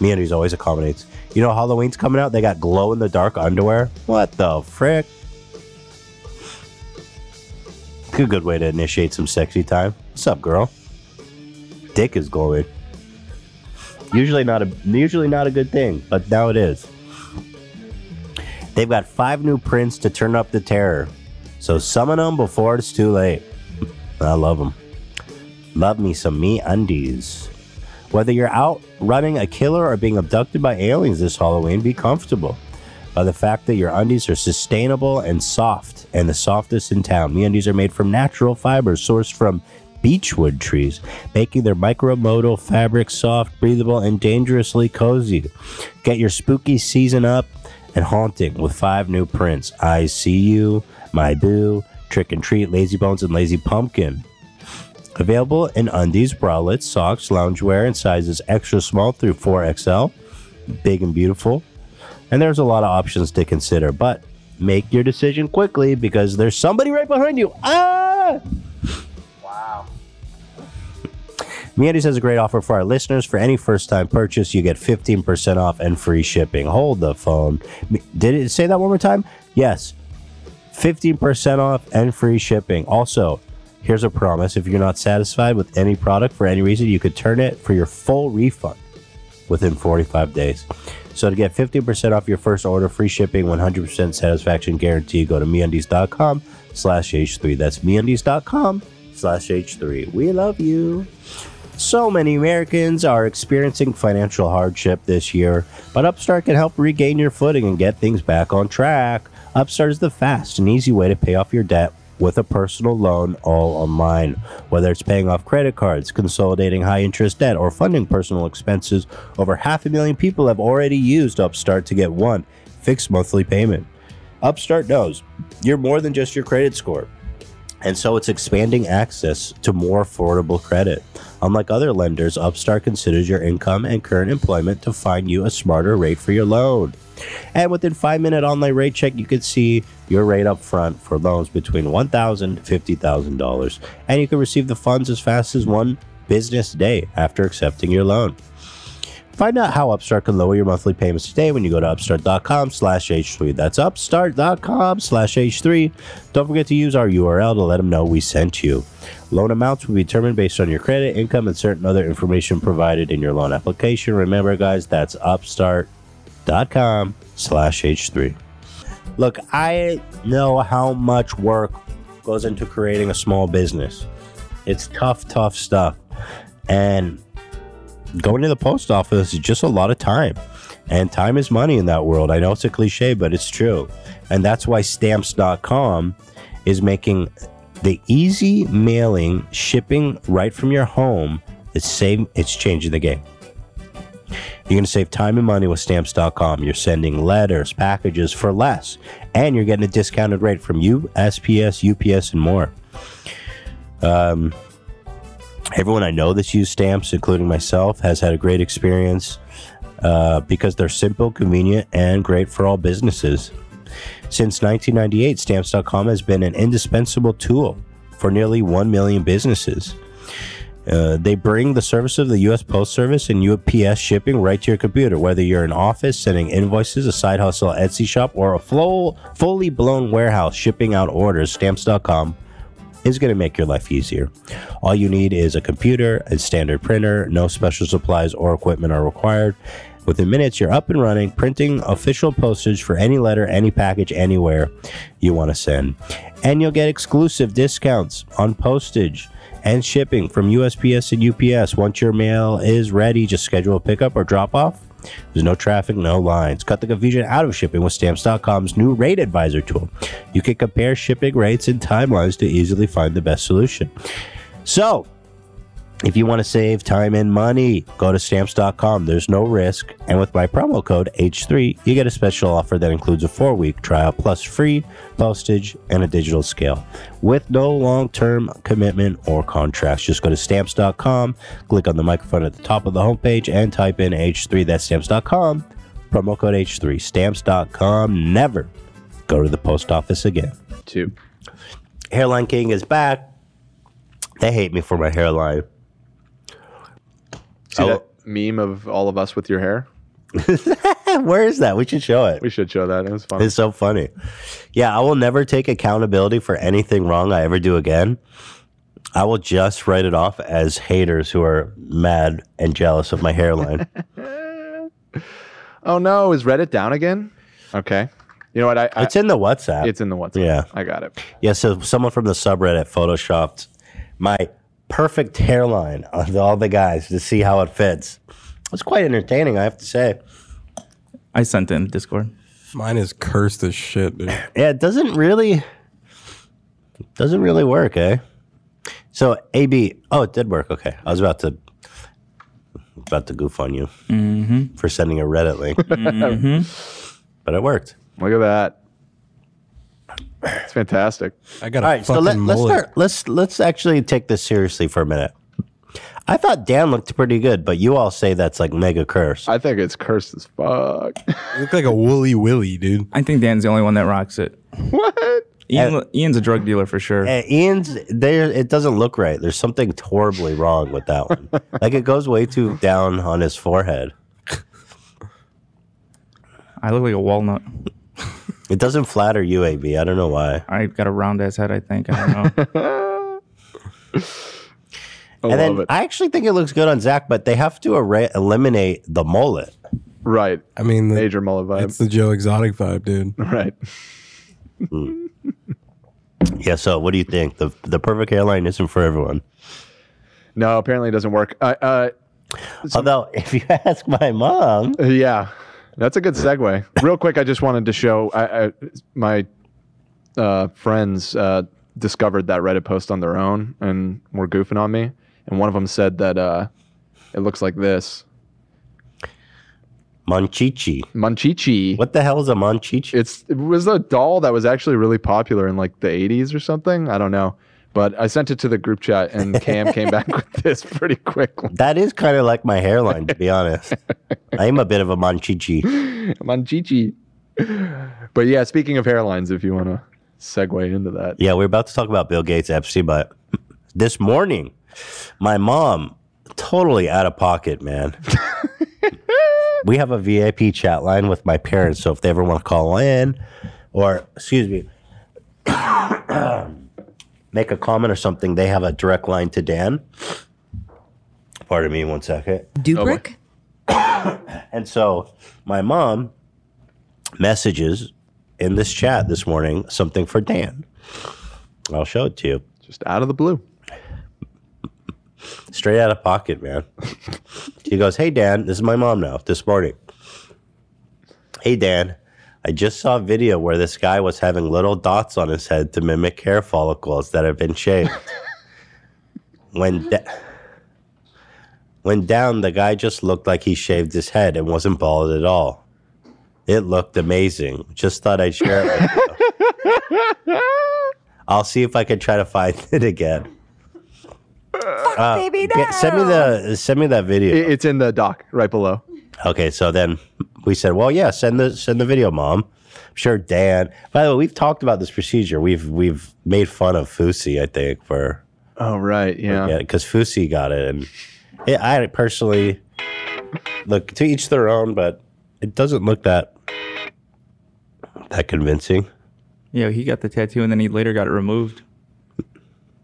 Speaker 1: Me and he's always accommodates. You know, Halloween's coming out. They got glow in the dark underwear. What the frick? Good, good way to initiate some sexy time. What's up, girl? Dick is glowing. Usually not a usually not a good thing, but now it is. They've got five new prints to turn up the terror. So summon them before it's too late. I love them. Love me some me undies. Whether you're out running a killer or being abducted by aliens this Halloween, be comfortable by the fact that your undies are sustainable and soft and the softest in town. Me undies are made from natural fibers sourced from beechwood trees, making their micromodal fabric soft, breathable, and dangerously cozy. Get your spooky season up and haunting with five new prints. I see you, my boo, trick and treat, lazy bones, and lazy pumpkin. Available in undies, bralettes, socks, loungewear, and sizes extra small through 4XL. Big and beautiful. And there's a lot of options to consider, but make your decision quickly because there's somebody right behind you. Ah! MeUndies has a great offer for our listeners. For any first-time purchase, you get 15% off and free shipping. Hold the phone. Me- Did it say that one more time? Yes. 15% off and free shipping. Also, here's a promise. If you're not satisfied with any product for any reason, you could turn it for your full refund within 45 days. So to get 15% off your first order, free shipping, 100% satisfaction guarantee, go to MeUndies.com slash H3. That's MeUndies.com slash H3. We love you. So many Americans are experiencing financial hardship this year, but Upstart can help regain your footing and get things back on track. Upstart is the fast and easy way to pay off your debt with a personal loan all online. Whether it's paying off credit cards, consolidating high interest debt, or funding personal expenses, over half a million people have already used Upstart to get one fixed monthly payment. Upstart knows you're more than just your credit score. And so it's expanding access to more affordable credit. Unlike other lenders, Upstart considers your income and current employment to find you a smarter rate for your loan. And within five minute online rate check, you can see your rate up front for loans between $1,000 and $50,000. And you can receive the funds as fast as one business day after accepting your loan. Find out how Upstart can lower your monthly payments today when you go to upstart.com slash H3. That's upstart.com slash H3. Don't forget to use our URL to let them know we sent you. Loan amounts will be determined based on your credit, income, and certain other information provided in your loan application. Remember, guys, that's upstart.com slash H3. Look, I know how much work goes into creating a small business. It's tough, tough stuff. And going to the post office is just a lot of time. And time is money in that world. I know it's a cliche, but it's true. And that's why stamps.com is making the easy mailing, shipping right from your home. It's same it's changing the game. You're going to save time and money with stamps.com. You're sending letters, packages for less, and you're getting a discounted rate from USPS, UPS, and more. Um, Everyone I know that's used stamps, including myself, has had a great experience uh, because they're simple, convenient, and great for all businesses. Since 1998, stamps.com has been an indispensable tool for nearly 1 million businesses. Uh, they bring the service of the U.S. Post Service and UPS shipping right to your computer, whether you're in office sending invoices, a side hustle, Etsy shop, or a full, fully blown warehouse shipping out orders. Stamps.com is going to make your life easier. All you need is a computer, a standard printer, no special supplies or equipment are required. Within minutes, you're up and running, printing official postage for any letter, any package, anywhere you want to send. And you'll get exclusive discounts on postage and shipping from USPS and UPS. Once your mail is ready, just schedule a pickup or drop off. There's no traffic, no lines. Cut the confusion out of shipping with stamps.com's new rate advisor tool. You can compare shipping rates and timelines to easily find the best solution. So, if you want to save time and money, go to stamps.com. There's no risk. And with my promo code H3, you get a special offer that includes a four week trial plus free postage and a digital scale with no long term commitment or contracts. Just go to stamps.com, click on the microphone at the top of the homepage, and type in H3. That's stamps.com. Promo code H3. Stamps.com. Never go to the post office again.
Speaker 2: Two.
Speaker 1: Hairline King is back. They hate me for my hairline.
Speaker 2: See that meme of all of us with your hair?
Speaker 1: Where is that? We should show it.
Speaker 2: We should show that. It was fun.
Speaker 1: It's so funny. Yeah, I will never take accountability for anything wrong I ever do again. I will just write it off as haters who are mad and jealous of my hairline.
Speaker 2: oh no, is Reddit down again? Okay. You know what? I, I
Speaker 1: it's in the WhatsApp.
Speaker 2: It's in the WhatsApp.
Speaker 1: Yeah.
Speaker 2: I got it.
Speaker 1: Yeah, so someone from the subreddit photoshopped my perfect hairline of all the guys to see how it fits. It's quite entertaining, I have to say.
Speaker 3: I sent it in Discord.
Speaker 4: Mine is cursed as shit, dude.
Speaker 1: Yeah, it doesn't really doesn't really work, eh? So AB, oh, it did work. Okay, I was about to about to goof on you for sending a Reddit link, but it worked.
Speaker 2: Look at that. It's fantastic.
Speaker 4: I got
Speaker 1: All right, so let, let's start. Let's let's actually take this seriously for a minute. I thought Dan looked pretty good, but you all say that's like mega curse.
Speaker 2: I think it's cursed as fuck.
Speaker 4: You look like a woolly willy, dude.
Speaker 3: I think Dan's the only one that rocks it.
Speaker 2: what?
Speaker 3: Ian, Ian's a drug dealer for sure.
Speaker 1: And Ian's there. It doesn't look right. There's something horribly wrong with that one. like it goes way too down on his forehead.
Speaker 3: I look like a walnut.
Speaker 1: It doesn't flatter you, AB. I don't know why.
Speaker 3: I got a round ass head. I think. I don't know.
Speaker 2: I
Speaker 1: and
Speaker 2: love
Speaker 1: then
Speaker 2: it.
Speaker 1: I actually think it looks good on Zach, but they have to era- eliminate the mullet.
Speaker 2: right.
Speaker 4: I mean, the,
Speaker 2: Major mullet vibe.
Speaker 4: it's the Joe Exotic vibe, dude.
Speaker 2: right.
Speaker 1: Yeah. So what do you think? The the perfect hairline isn't for everyone.
Speaker 2: No, apparently it doesn't work. Uh, uh,
Speaker 1: Although, if you ask my mom,
Speaker 2: Yeah, that's a good segue. Real quick, I just wanted to show I, I, my uh, friends uh, discovered that Reddit post on their own and were goofing on me. And one of them said that uh, it looks like this
Speaker 1: Monchichi.
Speaker 2: Munchichi.
Speaker 1: What the hell is a Monchichi?
Speaker 2: It's, it was a doll that was actually really popular in like the 80s or something. I don't know. But I sent it to the group chat, and Cam came back with this pretty quickly.
Speaker 1: That is kind of like my hairline, to be honest. I'm a bit of a manchichi.
Speaker 2: Manchichi. But yeah, speaking of hairlines, if you want to segue into that,
Speaker 1: Yeah, we're about to talk about Bill Gates, Epstein, but this morning, my mom, totally out of pocket, man. we have a VIP chat line with my parents, so if they ever want to call in, or excuse me, make a comment or something, they have a direct line to Dan. Pardon me, one second.
Speaker 13: Dubrick?
Speaker 1: and so my mom messages in this chat this morning something for Dan. I'll show it to you.
Speaker 2: Just out of the blue.
Speaker 1: Straight out of pocket, man. she goes, Hey, Dan, this is my mom now, this morning. Hey, Dan, I just saw a video where this guy was having little dots on his head to mimic hair follicles that have been shaved. when, da- when down, the guy just looked like he shaved his head and wasn't bald at all. It looked amazing. Just thought I'd share it with you. I'll see if I can try to find it again. Uh,
Speaker 13: baby,
Speaker 1: get- send me the send me that video.
Speaker 2: It's in the doc right below.
Speaker 1: Okay, so then we said, well, yeah, send the send the video, mom. I'm sure Dan. By the way, we've talked about this procedure. We've we've made fun of Fusi, I think, for
Speaker 2: oh right,
Speaker 1: yeah, because Fusi got it, and it, I personally look to each their own, but it doesn't look that that convincing.
Speaker 3: Yeah, he got the tattoo and then he later got it removed.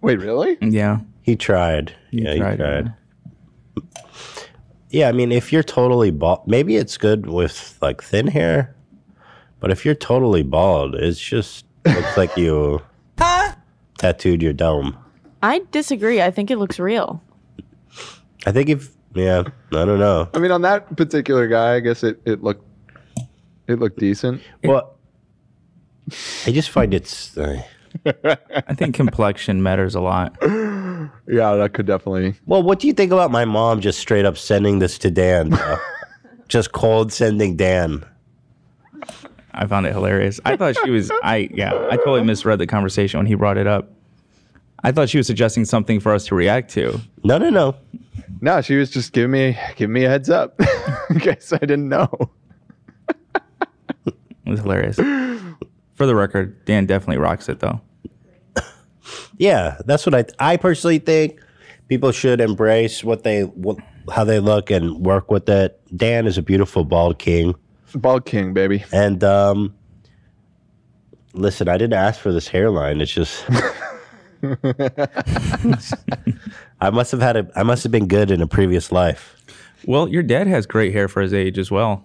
Speaker 2: Wait, really?
Speaker 3: Yeah.
Speaker 1: He tried. yeah, he tried. Yeah, I mean, if you're totally bald, maybe it's good with like thin hair, but if you're totally bald, it's just looks like you tattooed your dome.
Speaker 5: I disagree. I think it looks real.
Speaker 1: I think if yeah, I don't know.
Speaker 2: I mean, on that particular guy, I guess it, it looked it looked decent.
Speaker 1: Well, I just find it's. uh,
Speaker 3: I think complexion matters a lot.
Speaker 2: Yeah, that could definitely.
Speaker 1: Well, what do you think about my mom just straight up sending this to Dan? though? just cold sending Dan.
Speaker 3: I found it hilarious. I thought she was I yeah, I totally misread the conversation when he brought it up. I thought she was suggesting something for us to react to.
Speaker 1: No, no, no.
Speaker 2: No, she was just giving me giving me a heads up. I guess I didn't know.
Speaker 3: It was hilarious. For the record, Dan definitely rocks it though.
Speaker 1: Yeah, that's what I I personally think people should embrace what they what, how they look and work with it. Dan is a beautiful bald king.
Speaker 2: Bald king, baby.
Speaker 1: And um listen, I didn't ask for this hairline. It's just I must have had a I must have been good in a previous life.
Speaker 3: Well, your dad has great hair for his age as well.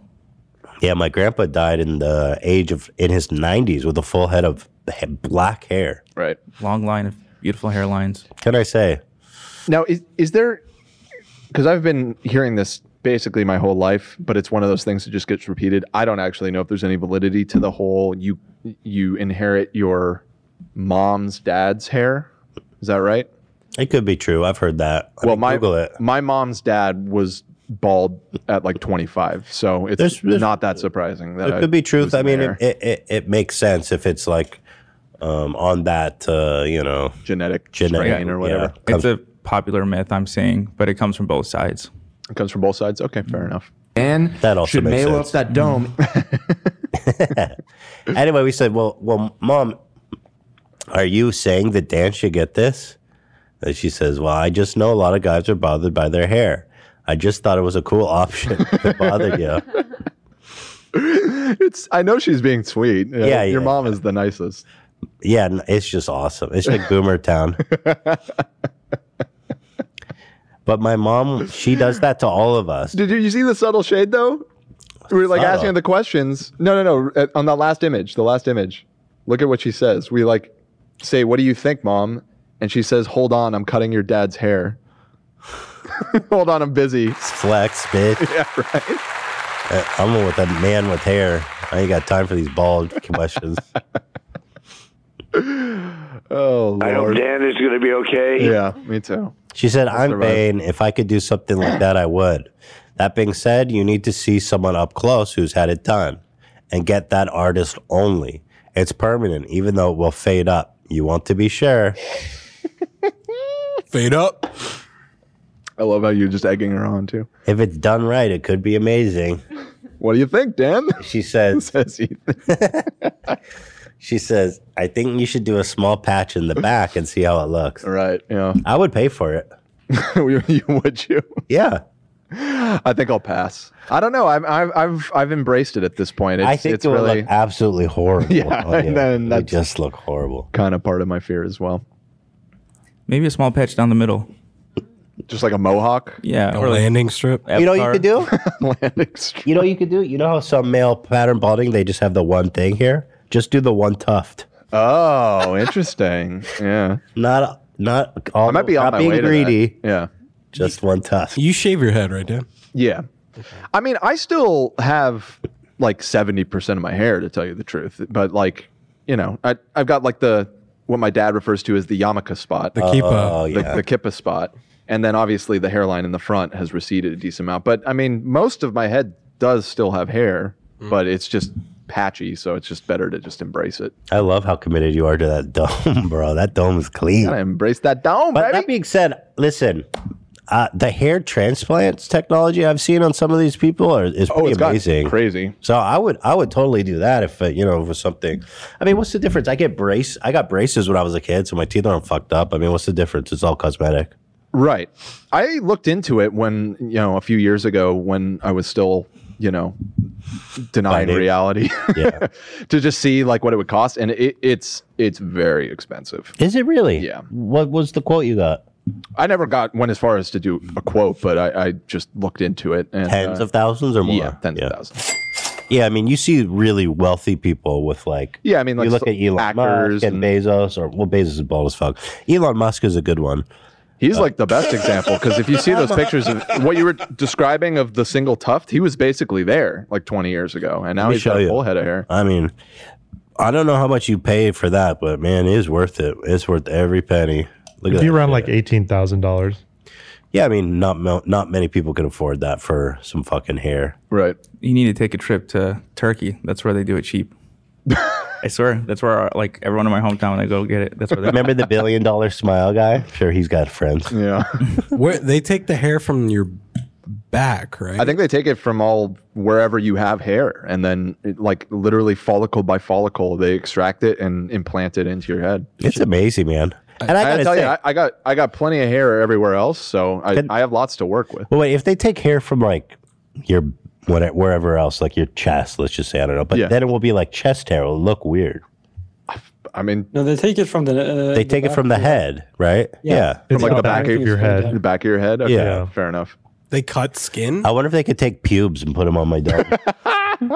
Speaker 1: Yeah, my grandpa died in the age of in his 90s with a full head of ha- black hair.
Speaker 2: Right.
Speaker 3: Long line of beautiful hairlines.
Speaker 1: Can I say?
Speaker 2: Now, is is there? Because I've been hearing this basically my whole life, but it's one of those things that just gets repeated. I don't actually know if there's any validity to the whole you you inherit your mom's dad's hair. Is that right?
Speaker 1: It could be true. I've heard that.
Speaker 2: well, my my mom's dad was bald at like 25, so it's
Speaker 1: There's- there's-
Speaker 2: not that surprising. That
Speaker 1: It could be truth. I mean,
Speaker 2: it,
Speaker 1: it, it, it, it makes sense if it's like um, on that, uh, you know,
Speaker 2: genetic,
Speaker 1: genetic
Speaker 3: Yeah.
Speaker 1: yeah.
Speaker 3: It's a popular myth I'm seeing, but it comes from both sides.
Speaker 2: it comes from both sides. Okay, fair enough.
Speaker 1: And Mm. that also
Speaker 3: should
Speaker 1: makes
Speaker 3: mail up that
Speaker 1: sense.
Speaker 3: dome.
Speaker 1: anyway, we said, "Well, well, mom, are you saying that Dan should get this?" And she says, "Well, I just know a lot of guys are bothered by their hair. I just thought it was a cool option that bothered you."
Speaker 2: it's I know she's being sweet. Yeah,
Speaker 1: Yeah,
Speaker 2: your
Speaker 1: yeah,
Speaker 2: mom is the nicest.
Speaker 1: Yeah, n- it's just awesome. It's like Boomer Town. but my mom, she does that to all of us.
Speaker 2: Did you, you see the subtle shade though? We were like
Speaker 1: Subtle.
Speaker 2: asking her the questions. No, no, no. uh, On that last image, the last image. Look at what she says. We like say, "What do you think, mom?" And she says, "Hold on, I'm cutting your dad's hair." Hold on, I'm busy.
Speaker 1: Flex, bitch.
Speaker 2: Yeah, right.
Speaker 1: Uh, I'm with a man with hair. I ain't got time for these bald questions.
Speaker 2: Oh,
Speaker 14: I hope
Speaker 2: Lord.
Speaker 14: Dan is going to be okay.
Speaker 2: Yeah, me too.
Speaker 1: She said, I'm
Speaker 14: survive.
Speaker 1: vain. If I could do something like that, I would. That being said, you need to see someone up close who's had it done and get that artist only. It's permanent, even though it will fade up. You want to be sure.
Speaker 4: Fade up.
Speaker 2: I love how you're just egging her on too.
Speaker 1: If it's done right, it could be amazing.
Speaker 2: What do you think, Dan?
Speaker 1: She says.
Speaker 2: says
Speaker 1: she says, "I think you should do a small patch in the back and see how it looks."
Speaker 2: Right. Yeah.
Speaker 1: I would pay for it.
Speaker 2: you would you?
Speaker 1: Yeah.
Speaker 2: I think I'll pass. I don't know. I've I've I've, I've embraced it at this point. It's,
Speaker 1: I think
Speaker 2: it's
Speaker 1: it would
Speaker 2: really
Speaker 1: look absolutely horrible.
Speaker 2: Yeah,
Speaker 1: on you.
Speaker 2: and then
Speaker 1: It would
Speaker 2: that's-
Speaker 1: just look horrible.
Speaker 2: kind of part of my fear as well.
Speaker 3: Maybe a small patch down the middle.
Speaker 2: Just like a mohawk.
Speaker 3: Yeah.
Speaker 4: A landing strip.
Speaker 1: You know what you could do?
Speaker 2: landing
Speaker 1: You know what you could do? You know how some male pattern balding they just have the one thing here? Just do the one tuft.
Speaker 2: Oh, interesting. yeah.
Speaker 1: Not not all.
Speaker 2: I might be on
Speaker 1: not
Speaker 2: my
Speaker 1: being
Speaker 2: way to that.
Speaker 1: greedy.
Speaker 2: Yeah.
Speaker 1: Just one tuft.
Speaker 4: You shave your head, right, Dan?
Speaker 2: Yeah. I mean, I still have like 70% of my hair to tell you the truth, but like, you know, I, I've got like the, what my dad refers to as the yarmulke spot,
Speaker 4: The kippa.
Speaker 1: Uh,
Speaker 4: Oh,
Speaker 2: the,
Speaker 4: yeah.
Speaker 2: the kippa spot. And then obviously the hairline in the front has receded a decent amount, but I mean, most of my head does still have hair, but it's just patchy. So it's just better to just embrace it.
Speaker 1: I love how committed you are to that dome, bro. That dome is clean.
Speaker 2: Gotta embrace that dome,
Speaker 1: But that being said, listen, uh, the hair transplants technology I've seen on some of these people are, is pretty
Speaker 2: Oh, it's gotten
Speaker 1: amazing,
Speaker 2: crazy.
Speaker 1: So I would I would totally do that if it, you know it was something. I mean, what's the difference? I get brace. I got braces when I was a kid, so my teeth aren't fucked up. I mean, what's the difference? It's all cosmetic.
Speaker 2: Right. I looked into it when, you know, a few years ago when I was still, you know, denying
Speaker 1: Finding-
Speaker 2: reality
Speaker 1: Yeah.
Speaker 2: to just see like what it would cost and it, it's it's very expensive.
Speaker 1: Is it really?
Speaker 2: Yeah.
Speaker 1: What was the quote you got?
Speaker 2: I never got went as far as to do a quote, but I, I just looked into it and
Speaker 1: Tens
Speaker 2: uh,
Speaker 1: of thousands or more?
Speaker 2: yeah, tens of thousands.
Speaker 1: Yeah, I mean, you see really wealthy people with like.
Speaker 2: Yeah, I mean, like,
Speaker 1: you look
Speaker 2: so-
Speaker 1: at Elon
Speaker 2: actors
Speaker 1: Musk and, Bezos, or well, Bezos is bald as fuck. Elon Musk is a good one.
Speaker 2: He's like the best example because if you see those pictures of what you were describing of the single tuft, he was basically there like 20 years ago, and now
Speaker 1: me
Speaker 2: Oh, he's got
Speaker 1: show
Speaker 2: a
Speaker 1: you.
Speaker 2: full head of hair.
Speaker 1: I mean, I don't know how much you paid for that, but man, it is worth it. It's worth every penny. Look at
Speaker 13: It'd be
Speaker 1: that.
Speaker 13: around like eighteen thousand dollars.
Speaker 1: Yeah, I mean, not mo- not many people can afford that for some fucking hair.
Speaker 2: Right.
Speaker 3: You need to take a trip to Turkey. That's where they do it cheap. I swear, that's where our, like everyone in my hometown when I go get it. That's where they
Speaker 1: Remember the billion dollar smile guy? Sure, he's got friends.
Speaker 2: Yeah.
Speaker 4: Where they take the hair from your back, right?
Speaker 2: I think they take it from all wherever you have hair, and then it, like literally follicle by follicle, they extract it and implant it into your head.
Speaker 1: It's amazing, man. And I gotta
Speaker 2: tell
Speaker 1: say,
Speaker 2: you, I, I got I got plenty of hair everywhere else, so I, I have lots to work with.
Speaker 1: but wait, if they take hair from like your what, wherever else, like your chest, let's just say, I don't know, but
Speaker 2: Yeah.
Speaker 1: then it will be like chest hair. It'll look weird.
Speaker 2: I mean,
Speaker 12: No, they take it from the. Uh,
Speaker 1: They take it from the head, right?
Speaker 12: Yeah.
Speaker 2: from
Speaker 12: It's
Speaker 2: like
Speaker 12: all
Speaker 2: the back
Speaker 12: back
Speaker 2: of
Speaker 12: of
Speaker 2: your
Speaker 12: your
Speaker 2: head,
Speaker 12: head.
Speaker 2: the back of your head. Okay,
Speaker 1: Yeah.
Speaker 2: fair enough.
Speaker 4: They cut skin.
Speaker 1: I wonder if they could take pubes and put them on my dog.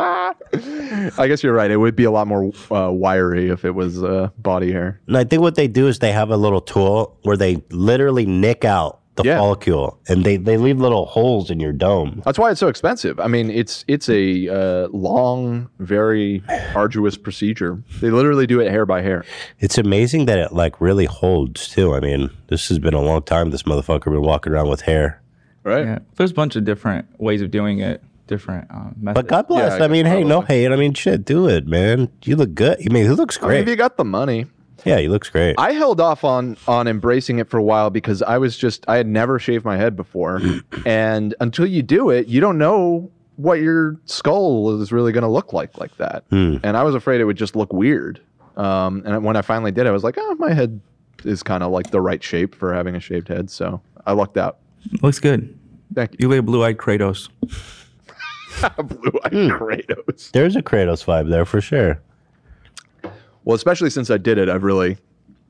Speaker 2: I guess you're right. It would be a lot more uh, wiry if it was uh, body hair.
Speaker 1: And I think what they do is they have a little tool where they literally nick out the follicle and they, they leave little holes in your dome.
Speaker 2: That's why it's so expensive. I mean, it's it's a uh, long, very arduous procedure. They literally do it hair by hair.
Speaker 1: It's amazing that it like really holds too. I mean, this has been a long time this motherfucker been walking around with hair.
Speaker 2: Right.
Speaker 3: Yeah. There's a bunch of different ways of doing it, different um, methods.
Speaker 1: But God bless. I mean, hey, no hate. I mean, shit, do it, man. You look good. I mean, he looks
Speaker 2: I mean, if
Speaker 1: great.
Speaker 2: you got the money.
Speaker 1: Yeah, he looks great.
Speaker 2: I held off on on embracing it for a while because I was just I had never shaved my head before, and until you do it, you don't know what your skull is really going to look like like that.
Speaker 1: Hmm.
Speaker 2: And I was afraid it would just look weird. Um, and when I finally did, I was like, oh, my head is kind of like the right shape for having a shaved head. So I lucked out.
Speaker 3: Looks good.
Speaker 2: Thank you.
Speaker 3: You lay blue eyed Kratos.
Speaker 2: Blue eyed Kratos.
Speaker 1: There's a Kratos vibe there for sure.
Speaker 2: Well, especially since I did it, I've really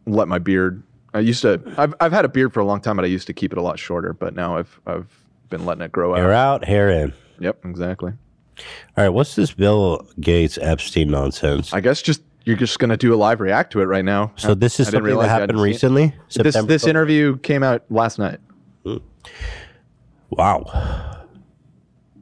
Speaker 2: let my beard. I used to. I've I've had a beard for a long time, but I used to keep it a lot shorter. But now I've I've been letting it grow
Speaker 1: Hair
Speaker 2: out.
Speaker 1: out, hair in.
Speaker 2: Yep, exactly.
Speaker 1: All right, what's this Bill Gates Epstein nonsense?
Speaker 2: I guess just you're just gonna do a live react to it right now.
Speaker 1: So this is
Speaker 2: I didn't
Speaker 1: something that
Speaker 2: realize you
Speaker 1: happened
Speaker 2: hadn't seen
Speaker 1: recently.
Speaker 2: it. This
Speaker 1: September
Speaker 2: this interview came out last night.
Speaker 1: Wow.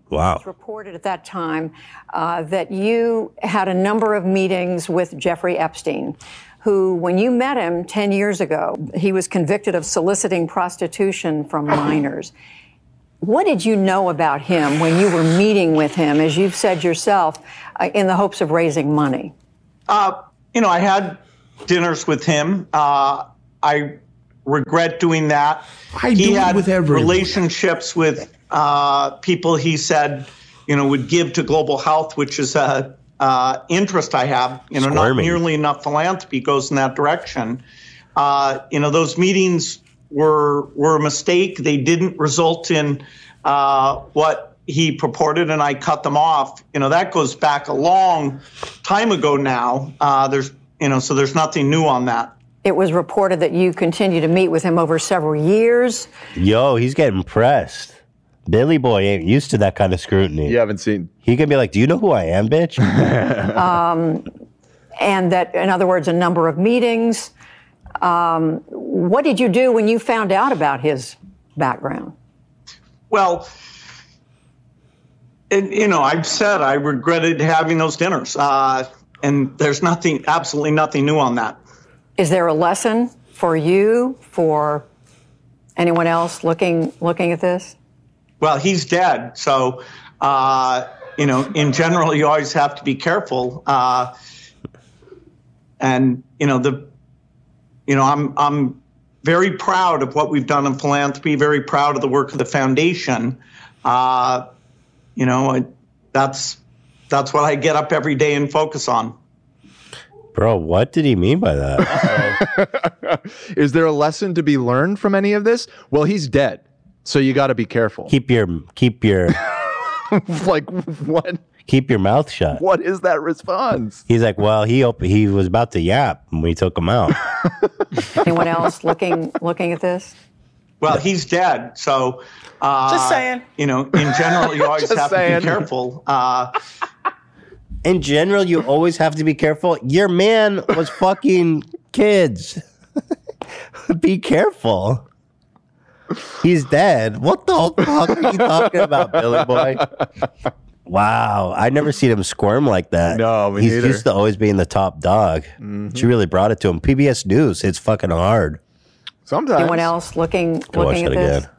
Speaker 1: Wow.
Speaker 14: reported at that time uh, that you had a number of meetings with Jeffrey Epstein, who, when you met him 10 years ago, he was convicted of soliciting prostitution from minors. What did you know about him when you were meeting with him, as you've said yourself, uh, in the hopes of raising money?
Speaker 15: Uh, you know, I had dinners with him. Uh, I
Speaker 13: regret doing that.
Speaker 7: I
Speaker 13: he
Speaker 7: do it
Speaker 13: had
Speaker 7: with everyone.
Speaker 13: relationships with uh, people he said, you know, would give to global health, which is a uh, interest I have. You know, not
Speaker 1: Squirming.
Speaker 13: nearly enough philanthropy goes in that direction. Uh, you know, those meetings were were a mistake. They didn't result in uh, what he purported, and I cut them off. You know, that goes back a long time ago now. Uh, there's you know, so there's nothing new on that.
Speaker 14: It was reported that you continue to meet with him over several years.
Speaker 1: Yo, he's getting pressed. Billy Boy ain't used to that kind of scrutiny. You
Speaker 2: haven't seen.
Speaker 1: He can be like, "Do you know who I am, bitch?"
Speaker 14: um, and that, in other words, a number of meetings. Um, what did you do when you found out about his background?
Speaker 13: Well, and, you know, I've said I regretted having those dinners, uh, and there's nothing, absolutely nothing new on that.
Speaker 14: Is there a lesson for you, for anyone else looking looking at this?
Speaker 13: Well, he's dead, so uh, you know, in general, you always have to be careful. Uh, and you know, the, you know, I'm I'm very proud of what we've done in philanthropy. Very proud of the work of the foundation. Uh, you know, I, that's that's what I get up every day and focus on.
Speaker 1: Bro, what did he mean by that?
Speaker 2: Is there a lesson to be learned from any of this? Well, he's dead, so you got to be careful.
Speaker 1: keep your keep your
Speaker 2: like what?
Speaker 1: keep your mouth shut.
Speaker 2: What is that response?
Speaker 1: He's like, "Well, he op- he was about to yap when we took him out."
Speaker 14: Anyone else looking looking at this?
Speaker 13: Well, he's dead, so uh,
Speaker 14: Just saying.
Speaker 13: You know, in general, you always
Speaker 14: Just
Speaker 13: have
Speaker 14: saying.
Speaker 13: to be careful. Uh,
Speaker 1: In general, you always have to be careful. Your man was fucking kids. be careful. He's dead. What the fuck are you talking about, Billy boy? Wow, I never seen him squirm like that. No, Mm-hmm.
Speaker 2: me
Speaker 1: he's
Speaker 2: neither.
Speaker 1: used to always being the top dog. She really brought it to him. PBS News, it's fucking hard.
Speaker 2: Sometimes
Speaker 14: Anyone else looking
Speaker 1: Go watch
Speaker 14: looking at
Speaker 1: it
Speaker 14: this?
Speaker 1: again.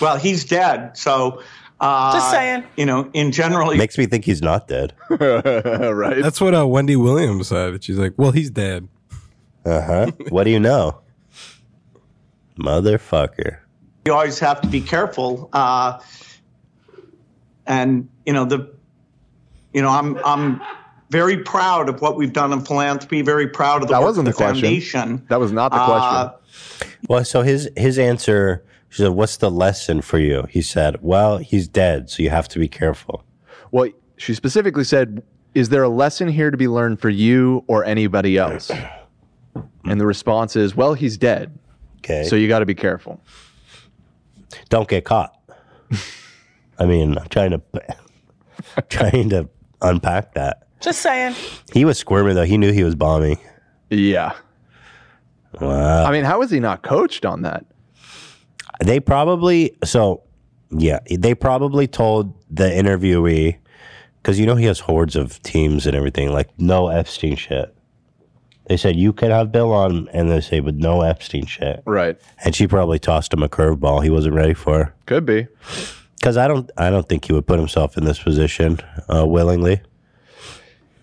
Speaker 13: well, he's dead, so uh,
Speaker 14: Just saying.
Speaker 13: You know, in general,
Speaker 1: Makes me think he's not dead.
Speaker 2: right.
Speaker 4: That's what uh, Wendy Williams said. She's like, "Well, he's dead."
Speaker 1: Uh
Speaker 2: Uh-huh.
Speaker 1: huh. what do you know? Motherfucker.
Speaker 13: you always have to be careful. Uh, and you know the, you know I'm I'm very proud of what we've done in philanthropy. Very proud of the
Speaker 2: That
Speaker 13: work
Speaker 2: wasn't
Speaker 13: of
Speaker 2: the question.
Speaker 13: foundation.
Speaker 2: That was not the
Speaker 13: Uh,
Speaker 2: question.
Speaker 1: Well, so his his answer, she said, "What's the lesson for you?" He said, "Well, he's dead, so you have to be careful."
Speaker 2: Well, she specifically said, "Is there a lesson here to be learned for you or anybody else?" And the response is, "Well, he's dead."
Speaker 1: Okay.
Speaker 2: So you got to be careful.
Speaker 1: Don't get caught. I mean, I'm trying to trying to unpack that.
Speaker 9: Just saying.
Speaker 1: He was squirming though. He knew he was bombing.
Speaker 2: Yeah.
Speaker 1: Wow.
Speaker 2: I mean, how is he not coached on that?
Speaker 1: They probably so yeah, they probably told the interviewee because you know he has hordes of teams and everything, like no Epstein shit. They said you can have Bill on, and they say, but no Epstein shit.
Speaker 2: Right.
Speaker 1: And she probably tossed him a curveball he wasn't ready for.
Speaker 2: Could be.
Speaker 1: Because I don't, I don't think he would put himself in this position uh, willingly.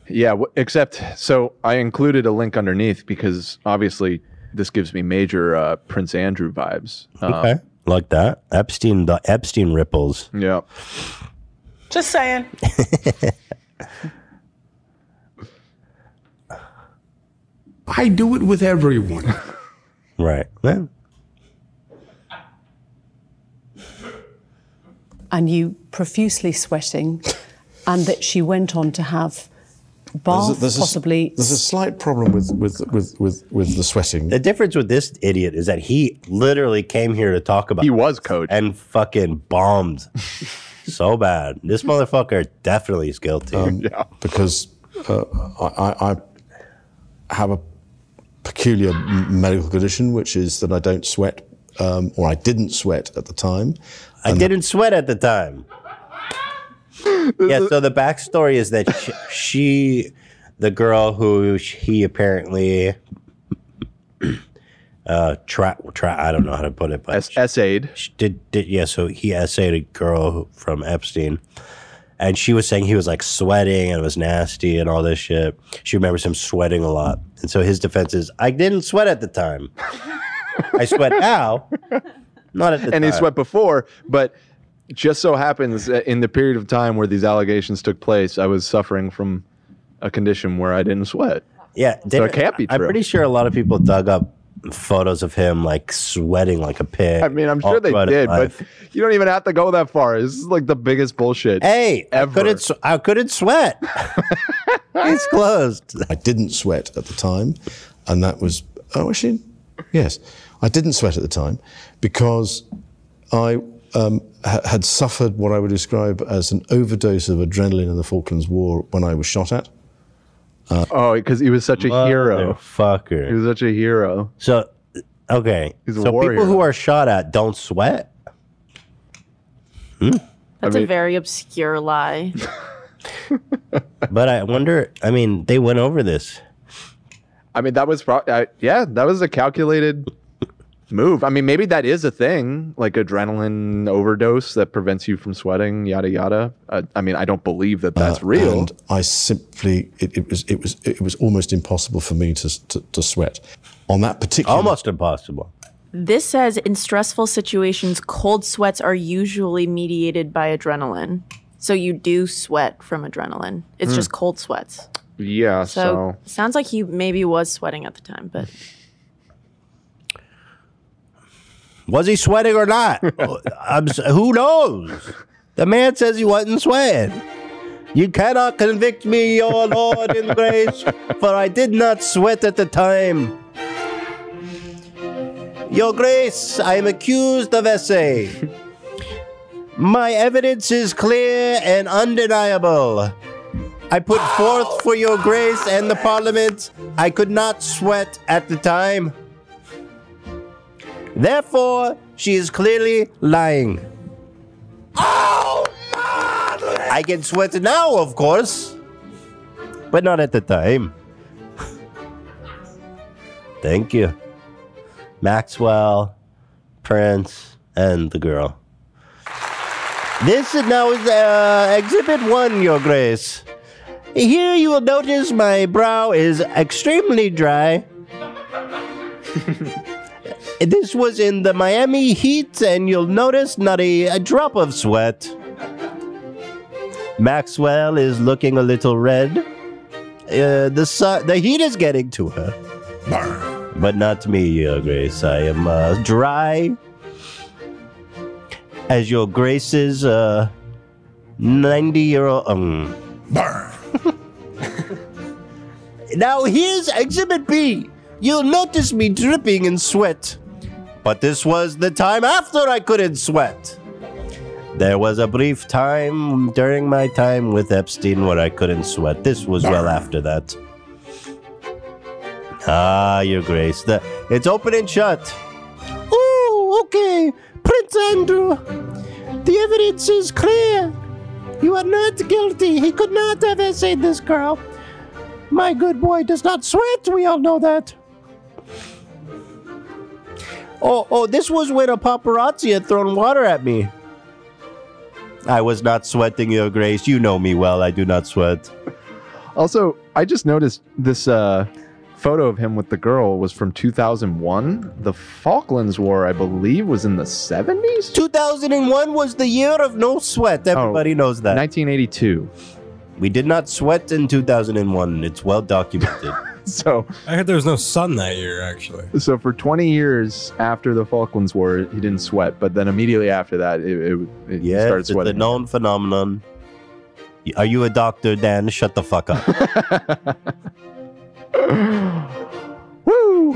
Speaker 2: Yeah, w- except so I included a link underneath because obviously this gives me major uh, Prince Andrew vibes. Um,
Speaker 1: okay, like that. Epstein, the Epstein ripples.
Speaker 2: Yeah.
Speaker 9: Just saying.
Speaker 7: I do it with everyone.
Speaker 1: Right. Well,
Speaker 15: and you profusely sweating, and that she went on to have bath, possibly.
Speaker 16: there's a slight problem with with with with, with the sweating.
Speaker 1: The difference with this idiot is that he literally came here to talk about. He
Speaker 2: was coached
Speaker 1: and fucking bombed so bad. This motherfucker definitely is guilty.
Speaker 16: because uh, I, I have a peculiar m- medical condition, which is that I don't sweat, um, or I didn't sweat at the time.
Speaker 1: I didn't sweat at the time. yeah. So the backstory is that she, she the girl who sh- he apparently uh tra tra I don't know how to put it, but
Speaker 2: essayed.
Speaker 1: Did did yeah? So he essayed a girl who- from Epstein, and she was saying he was like sweating and it was nasty and all this shit. She remembers him sweating a lot, and so his defense is, "I didn't sweat at the time." I sweat now, not at the
Speaker 2: and he
Speaker 1: time.
Speaker 2: sweat before, but just so happens that in the period of time where these allegations took place, I was suffering from a condition where I didn't sweat.
Speaker 1: Yeah,
Speaker 2: so
Speaker 1: didn't-
Speaker 2: it can't be true.
Speaker 1: I'm pretty sure a lot of people dug up photos of him like sweating like a pig.
Speaker 2: I mean, I'm
Speaker 1: all
Speaker 2: sure they
Speaker 1: throughout his
Speaker 2: did, but
Speaker 1: life.
Speaker 2: you don't even have to go that far. This is like the biggest bullshit.
Speaker 1: Hey, I couldn't. s- I couldn't sweat. it's closed.
Speaker 16: I didn't sweat at the time, and that was oh, actually, yes, I didn't sweat at the time because I um, ha- had suffered what I would describe as an overdose of adrenaline in the Falklands War when I was shot at.
Speaker 2: Oh, because he was such a hero.
Speaker 1: Fucker.
Speaker 2: He was such a hero.
Speaker 1: So, okay.
Speaker 2: He's a
Speaker 1: so
Speaker 2: warrior.
Speaker 1: people who are shot at don't sweat. Hmm.
Speaker 5: That's a very obscure lie.
Speaker 1: but I wonder. I mean, they went over this.
Speaker 2: I mean, that was pro- I, yeah, that was a calculated move. I mean, maybe that is a thing, like adrenaline overdose that prevents you from sweating, yada yada. Uh, I mean, I don't believe that that's
Speaker 16: Uh,
Speaker 2: real.
Speaker 16: And I simply, it, it was, it was, it was almost impossible for me to, to, to sweat on that particular.
Speaker 1: Almost impossible.
Speaker 5: This says in stressful situations, cold sweats are usually mediated by adrenaline. So you do sweat from adrenaline. It's
Speaker 2: Hmm.
Speaker 5: just cold sweats.
Speaker 2: yeah,
Speaker 5: So,
Speaker 2: so,
Speaker 5: sounds like he maybe was sweating at the time, but
Speaker 1: Was he sweating or not? Oh, I'm s- who knows? The man says he wasn't sweating. You cannot convict me, O Lord in grace, for I did not sweat at the time. Your grace, I am accused of essay. My evidence is clear and undeniable. I put forth for your grace and the parliament, I could not sweat at the time. Therefore, she is clearly lying. Oh, I can sweat now, of course, but not at the time. Thank you. Maxwell, Prince, and the girl. This is now is uh, exhibit one, Your Grace. Here you will notice my brow is extremely dry. This was in the Miami heat, and you'll notice not a, a drop of sweat. Maxwell is looking a little red. Uh, the sun, the heat is getting to her, but not to me, Your Grace. I am uh, dry as Your Grace's uh, ninety-year-old. Um. Now here's Exhibit B. You'll notice me dripping in sweat. But this was the time after I couldn't sweat. There was a brief time during my time with Epstein where I couldn't sweat. This was well after that. Ah, Your Grace. The, it's open and shut.
Speaker 17: Oh, okay. Prince Andrew, the evidence is clear. You are not guilty. He could not have essayed this girl. My good boy does not sweat. We all know that.
Speaker 1: Oh, oh, this was when a paparazzi had thrown water at me. I was not sweating, Your Grace. You know me well. I do not sweat.
Speaker 2: also, I just noticed this uh, photo of him with the girl was from 2001. The Falklands War, I believe, was in the 70s.
Speaker 1: 2001 was the year of no sweat. Everybody knows that.
Speaker 2: 1982.
Speaker 1: We did not sweat in 2001. It's well documented.
Speaker 2: so
Speaker 4: I heard there was no sun that year, actually.
Speaker 2: So for 20 years after the Falklands War, he didn't sweat, but then immediately after that, it, it, it he
Speaker 1: Yes,
Speaker 2: started
Speaker 1: it's a
Speaker 2: sweating.
Speaker 1: known phenomenon. Are you a doctor, Dan? Shut the fuck up.
Speaker 2: Woo!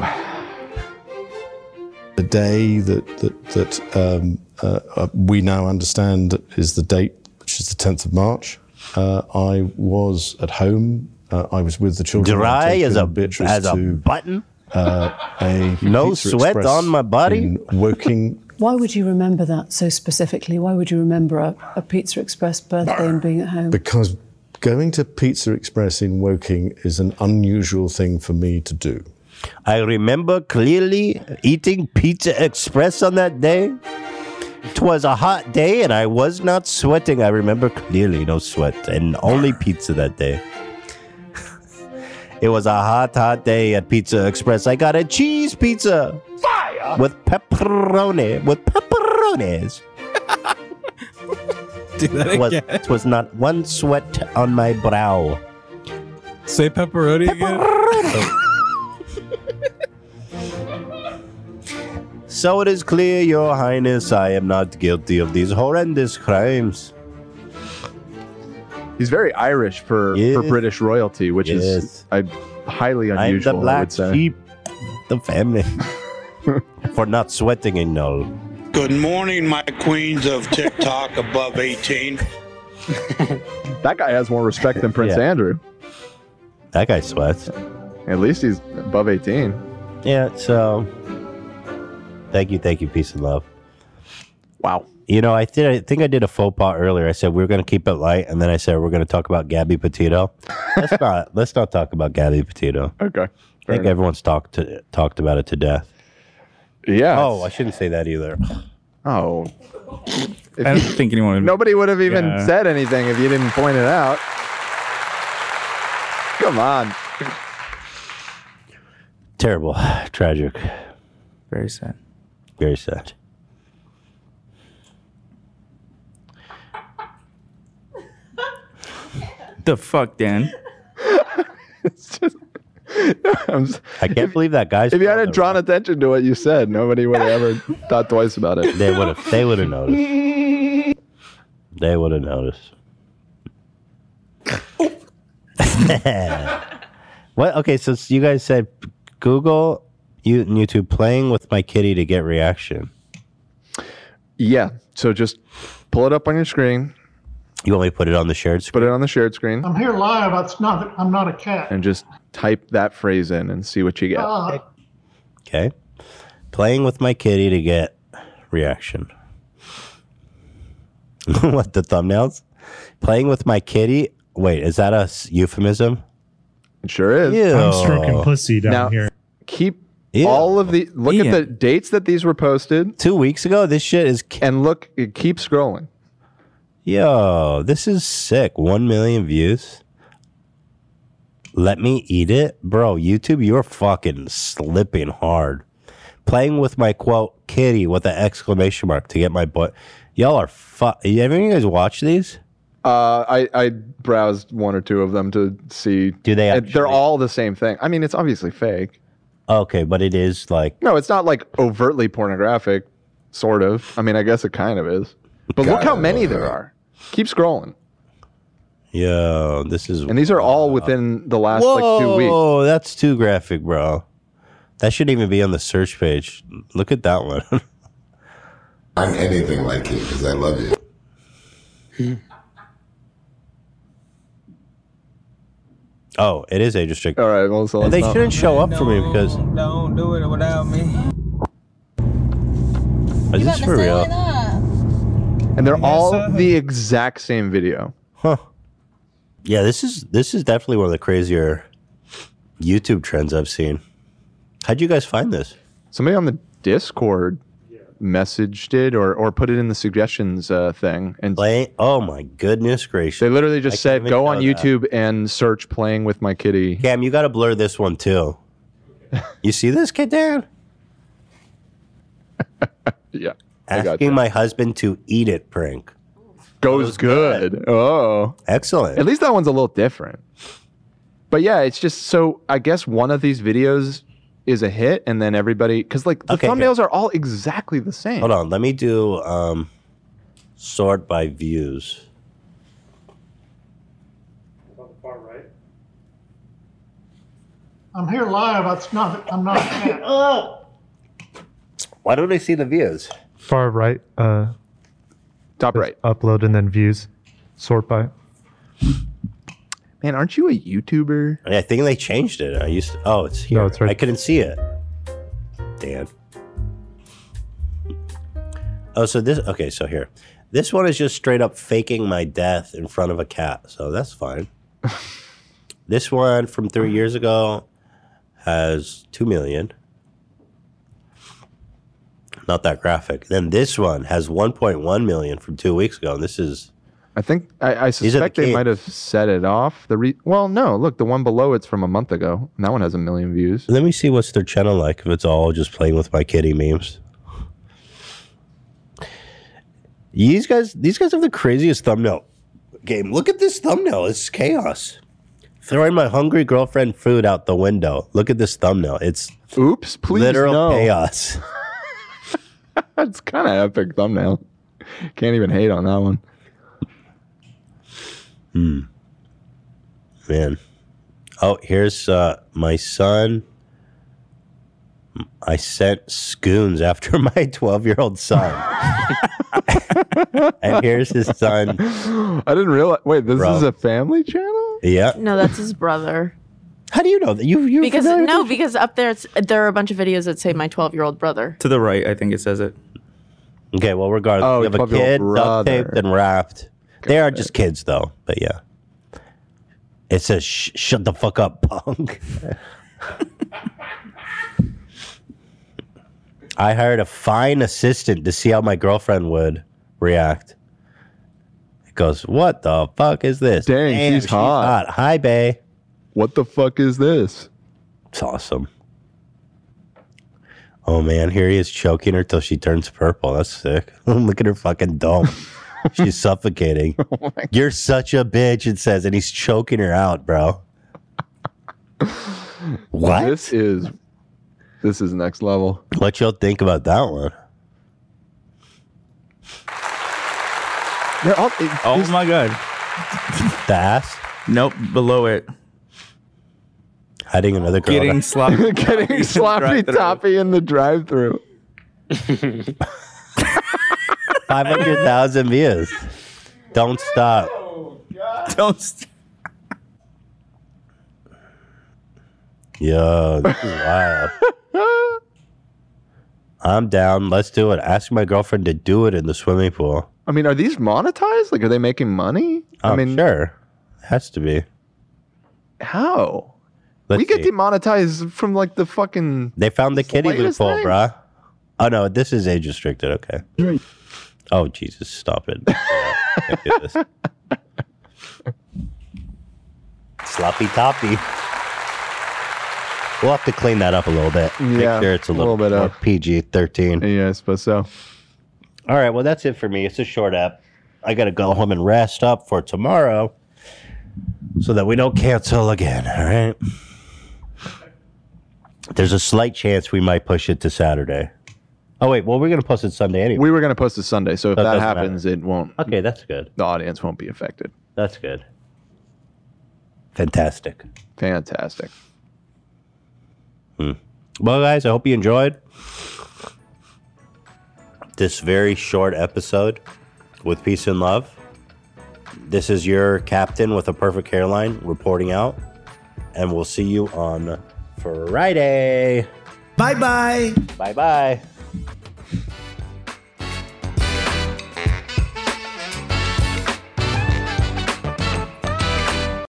Speaker 16: The day that that that um, uh, uh, we now understand is the date, which is the 10th of March. Uh, I was at home. Uh, I was with the children.
Speaker 1: Dry
Speaker 16: I'd
Speaker 1: as
Speaker 16: taken
Speaker 1: a-
Speaker 16: Beatrice
Speaker 1: as a button.
Speaker 16: Uh, a
Speaker 1: No
Speaker 16: Pizza
Speaker 1: sweat
Speaker 16: Express
Speaker 1: on my body?
Speaker 16: in Woking.
Speaker 15: Why would you remember that so specifically? Why would you remember a, a Pizza Express birthday and being at home?
Speaker 16: Because going to Pizza Express in Woking is an unusual thing for me to do.
Speaker 1: I remember clearly eating Pizza Express on that day. 'Twas a hot day and I was not sweating. I remember clearly no sweat and only pizza that day. it was a hot, hot day at Pizza Express. I got a cheese pizza. Fire!
Speaker 8: Yeah.
Speaker 1: With pepperoni. With pepperonis.
Speaker 4: Do that
Speaker 1: was, was not one sweat on my brow.
Speaker 4: Say pepperoni, again.
Speaker 1: So it is clear, Your Highness, I am not guilty of these horrendous crimes.
Speaker 2: He's very Irish for, for British royalty, which is I, highly unusual.
Speaker 1: I'm the
Speaker 2: I
Speaker 1: black
Speaker 2: would say.
Speaker 1: sheep, of the family, for not sweating enough.
Speaker 18: Good morning, my queens of TikTok above 18.
Speaker 2: That guy has more respect than Prince
Speaker 1: Yeah.
Speaker 2: Andrew.
Speaker 1: That guy sweats.
Speaker 2: At least he's above 18.
Speaker 1: Yeah, so thank you, thank you, peace and love.
Speaker 2: Wow.
Speaker 1: You know, I did. I think I did a faux pas earlier. I said we were going to keep it light, and then I said we're going to talk about Gabby Petito. Let's not. Let's not talk about Gabby Petito.
Speaker 2: Okay.
Speaker 1: I think everyone's talked to, talked about it to death.
Speaker 2: Yeah.
Speaker 1: Oh, I shouldn't say that either.
Speaker 2: Oh.
Speaker 3: I don't think anyone. Would,
Speaker 2: Nobody would have even
Speaker 3: Yeah.
Speaker 2: said anything if you didn't point it out. Come on.
Speaker 1: Terrible, tragic,
Speaker 3: very sad,
Speaker 1: very sad.
Speaker 3: The fuck, Dan?
Speaker 2: I'm s-
Speaker 1: I can't believe that guy's.
Speaker 2: If you hadn't drawn attention to what you said, nobody would have ever thought twice about it.
Speaker 1: They would have. They would have noticed. They would have noticed. what? Okay, so s- you guys said Google, you and YouTube playing with my kitty to get reaction.
Speaker 2: Yeah. So just pull it up on your screen.
Speaker 1: You want me to put it on the shared screen?
Speaker 2: Put it on the shared screen
Speaker 19: I'm here live. It's not. I'm not a cat.
Speaker 2: and just type that phrase in and see what you
Speaker 13: Oh.
Speaker 19: Ah.
Speaker 2: get.
Speaker 1: Okay. Playing with my kitty to get reaction. what the thumbnails? Playing with my kitty. Wait, is that a s- euphemism?
Speaker 2: It sure is.
Speaker 1: Ew.
Speaker 20: I'm stroking pussy down
Speaker 2: Now-
Speaker 20: here.
Speaker 2: Keep all of the look at the dates that these were posted.
Speaker 1: Two weeks ago, this shit is.
Speaker 2: And look, it keep scrolling.
Speaker 1: Yo, this is sick. 1 million views. Let me eat it. Bro, YouTube, you're fucking slipping hard. Playing with my quote kitty with an exclamation mark to get my butt. Y'all are fuck. Have you guys watched these?
Speaker 2: Uh, I I browsed one or two of them to see.
Speaker 1: Do they?
Speaker 2: They're all the same thing. I mean, it's obviously fake.
Speaker 1: Okay, but it is like
Speaker 2: No, it's not like overtly pornographic. Sort of. I mean, I guess it kind of is. But look how many there are. Keep scrolling.
Speaker 1: Yo, this is.
Speaker 2: And these are all within the last like two weeks.
Speaker 1: Whoa, that's too graphic, bro. That shouldn't even be on the search page. Look at that one.
Speaker 21: I'm anything like you because I love you.
Speaker 1: oh, it is age restricted.
Speaker 2: All right, well, so
Speaker 22: let's
Speaker 1: they
Speaker 22: not-
Speaker 1: shouldn't show up for me because
Speaker 22: Don't do it without me.
Speaker 1: is this for real?
Speaker 2: And they're all the exact same video.
Speaker 1: Huh. Yeah, this is this is definitely one of the crazier YouTube trends I've seen. How'd you guys find this?
Speaker 2: Somebody on the Discord messaged it or, or put it in the suggestions uh, thing and
Speaker 1: play. Oh my goodness gracious!
Speaker 2: They literally just
Speaker 1: I
Speaker 2: said
Speaker 1: didn't
Speaker 2: go
Speaker 1: know
Speaker 2: on
Speaker 1: that."
Speaker 2: YouTube and search "playing with my kitty."
Speaker 1: Cam, you got to blur this one too. You see this kid down?
Speaker 2: yeah. I got
Speaker 1: Asking my husband to eat it prank.
Speaker 2: Goes good. Oh,
Speaker 1: excellent.
Speaker 2: At least that one's a little different. But yeah, it's just so I guess one of these videos is a hit, and then everybody because like the
Speaker 1: Okay, here.
Speaker 2: thumbnails are all exactly the same.
Speaker 1: Hold on, let me do um, sort by views.
Speaker 19: I'm here live. It's not. I'm not a cat. oh.
Speaker 1: Why don't I see the views?
Speaker 20: Far right. Uh,
Speaker 2: Top right.
Speaker 20: Upload and then views. Sort by.
Speaker 2: Man, aren't you a YouTuber?
Speaker 1: I think they changed it. I used to, oh, it's here. I couldn't see it. Dan. Oh, so this okay. So here, this one is just straight up faking my death in front of a cat. So that's fine. this one from three years ago has two million. Not that graphic. Then this one has 1.1 million from two weeks ago. And this is
Speaker 2: I think I, I
Speaker 1: These are the
Speaker 2: suspect they
Speaker 1: kids.
Speaker 2: might have set it off. The re- well, no, look, the one below it's from a month ago. And that one has a million views.
Speaker 1: Let me see what's their channel like if it's all just playing with my kitty memes. These guys, these guys have the craziest thumbnail game. Look at this thumbnail; it's chaos. Throwing my hungry girlfriend food out the window. Look at this thumbnail; it's
Speaker 2: oops, please
Speaker 1: literal
Speaker 2: no.
Speaker 1: chaos.
Speaker 2: That's kind of epic thumbnail. Can't even hate on that one.
Speaker 1: Hmm. Man. Oh, here's uh, my son. I sent scoons after my 12 year old son. and here's his son.
Speaker 2: I didn't realize. Wait, this
Speaker 1: Bro.
Speaker 2: is a family channel.
Speaker 1: Yeah.
Speaker 5: No, that's his brother.
Speaker 1: How do you know that? You you
Speaker 5: because no, because up there it's, there are a bunch of videos that say my 12 year old brother.
Speaker 3: To the right, I think it says it.
Speaker 1: Okay, well, regardless,
Speaker 3: Oh,
Speaker 1: we have a
Speaker 3: 12-year-old
Speaker 1: kid, duct
Speaker 3: brother.
Speaker 1: taped, and wrapped. They are just kids, though, but yeah. It says, Sh- shut the fuck up, punk. I hired a fine assistant to see how my girlfriend would react. It goes, what the fuck is this? Dang,
Speaker 2: she's hot.
Speaker 1: Hi, Bay.
Speaker 2: What the fuck is this?
Speaker 1: It's awesome. Oh man, here he is choking her till she turns purple. That's sick. Look at her fucking dome. She's suffocating. You're such a bitch, it says, and he's choking her out, bro. What?
Speaker 2: This is this is next level.
Speaker 1: What y'all think about that one?
Speaker 2: They're all,
Speaker 3: oh my god.
Speaker 1: The ass?
Speaker 3: Nope, below it.
Speaker 1: Hiding another girl.
Speaker 3: Getting sloppy.
Speaker 2: Getting sloppy
Speaker 3: Drive-thru.
Speaker 2: toppy in the drive-through.
Speaker 1: 500,000 views. Don't stop.
Speaker 3: Don't. St-
Speaker 1: Yo, this is wild. I'm down. Let's do it. Ask my girlfriend to do it in the swimming pool.
Speaker 2: I mean, are these monetized? Like, are they making money?
Speaker 1: I'm
Speaker 2: I mean,
Speaker 1: Oh, sure. Has to be.
Speaker 2: how?
Speaker 1: Let's
Speaker 2: we get
Speaker 1: see.
Speaker 2: demonetized from like the fucking.
Speaker 1: They found the kitty
Speaker 2: latest
Speaker 1: loophole,
Speaker 2: thing.
Speaker 1: bruh. Oh no, this is age restricted. Okay. Oh Jesus, stop it! Can't do this. Sloppy toppy. We'll have to clean that up a little bit.
Speaker 2: Yeah,
Speaker 1: Make sure it's a
Speaker 2: a
Speaker 1: little,
Speaker 2: little bit
Speaker 1: more
Speaker 2: up.
Speaker 1: PG thirteen.
Speaker 2: Yeah, I suppose so.
Speaker 1: All right, well that's it for me. It's a short app. I gotta go home and rest up for tomorrow, so that we don't cancel again. All right. There's a slight chance we might push it to Saturday. Oh wait, well we're gonna post it Sunday anyway.
Speaker 2: We were going to post it Sunday, so if
Speaker 1: So it
Speaker 2: that
Speaker 1: doesn't matter.
Speaker 2: happens, it won't.
Speaker 1: Okay, that's good.
Speaker 2: The audience won't be affected.
Speaker 1: That's good. Fantastic.
Speaker 2: Fantastic.
Speaker 1: Hmm. Well, guys, I hope you enjoyed this very short episode with peace and love. This is your captain with a perfect hairline reporting out, and we'll see you on Friday. Bye bye. Bye bye.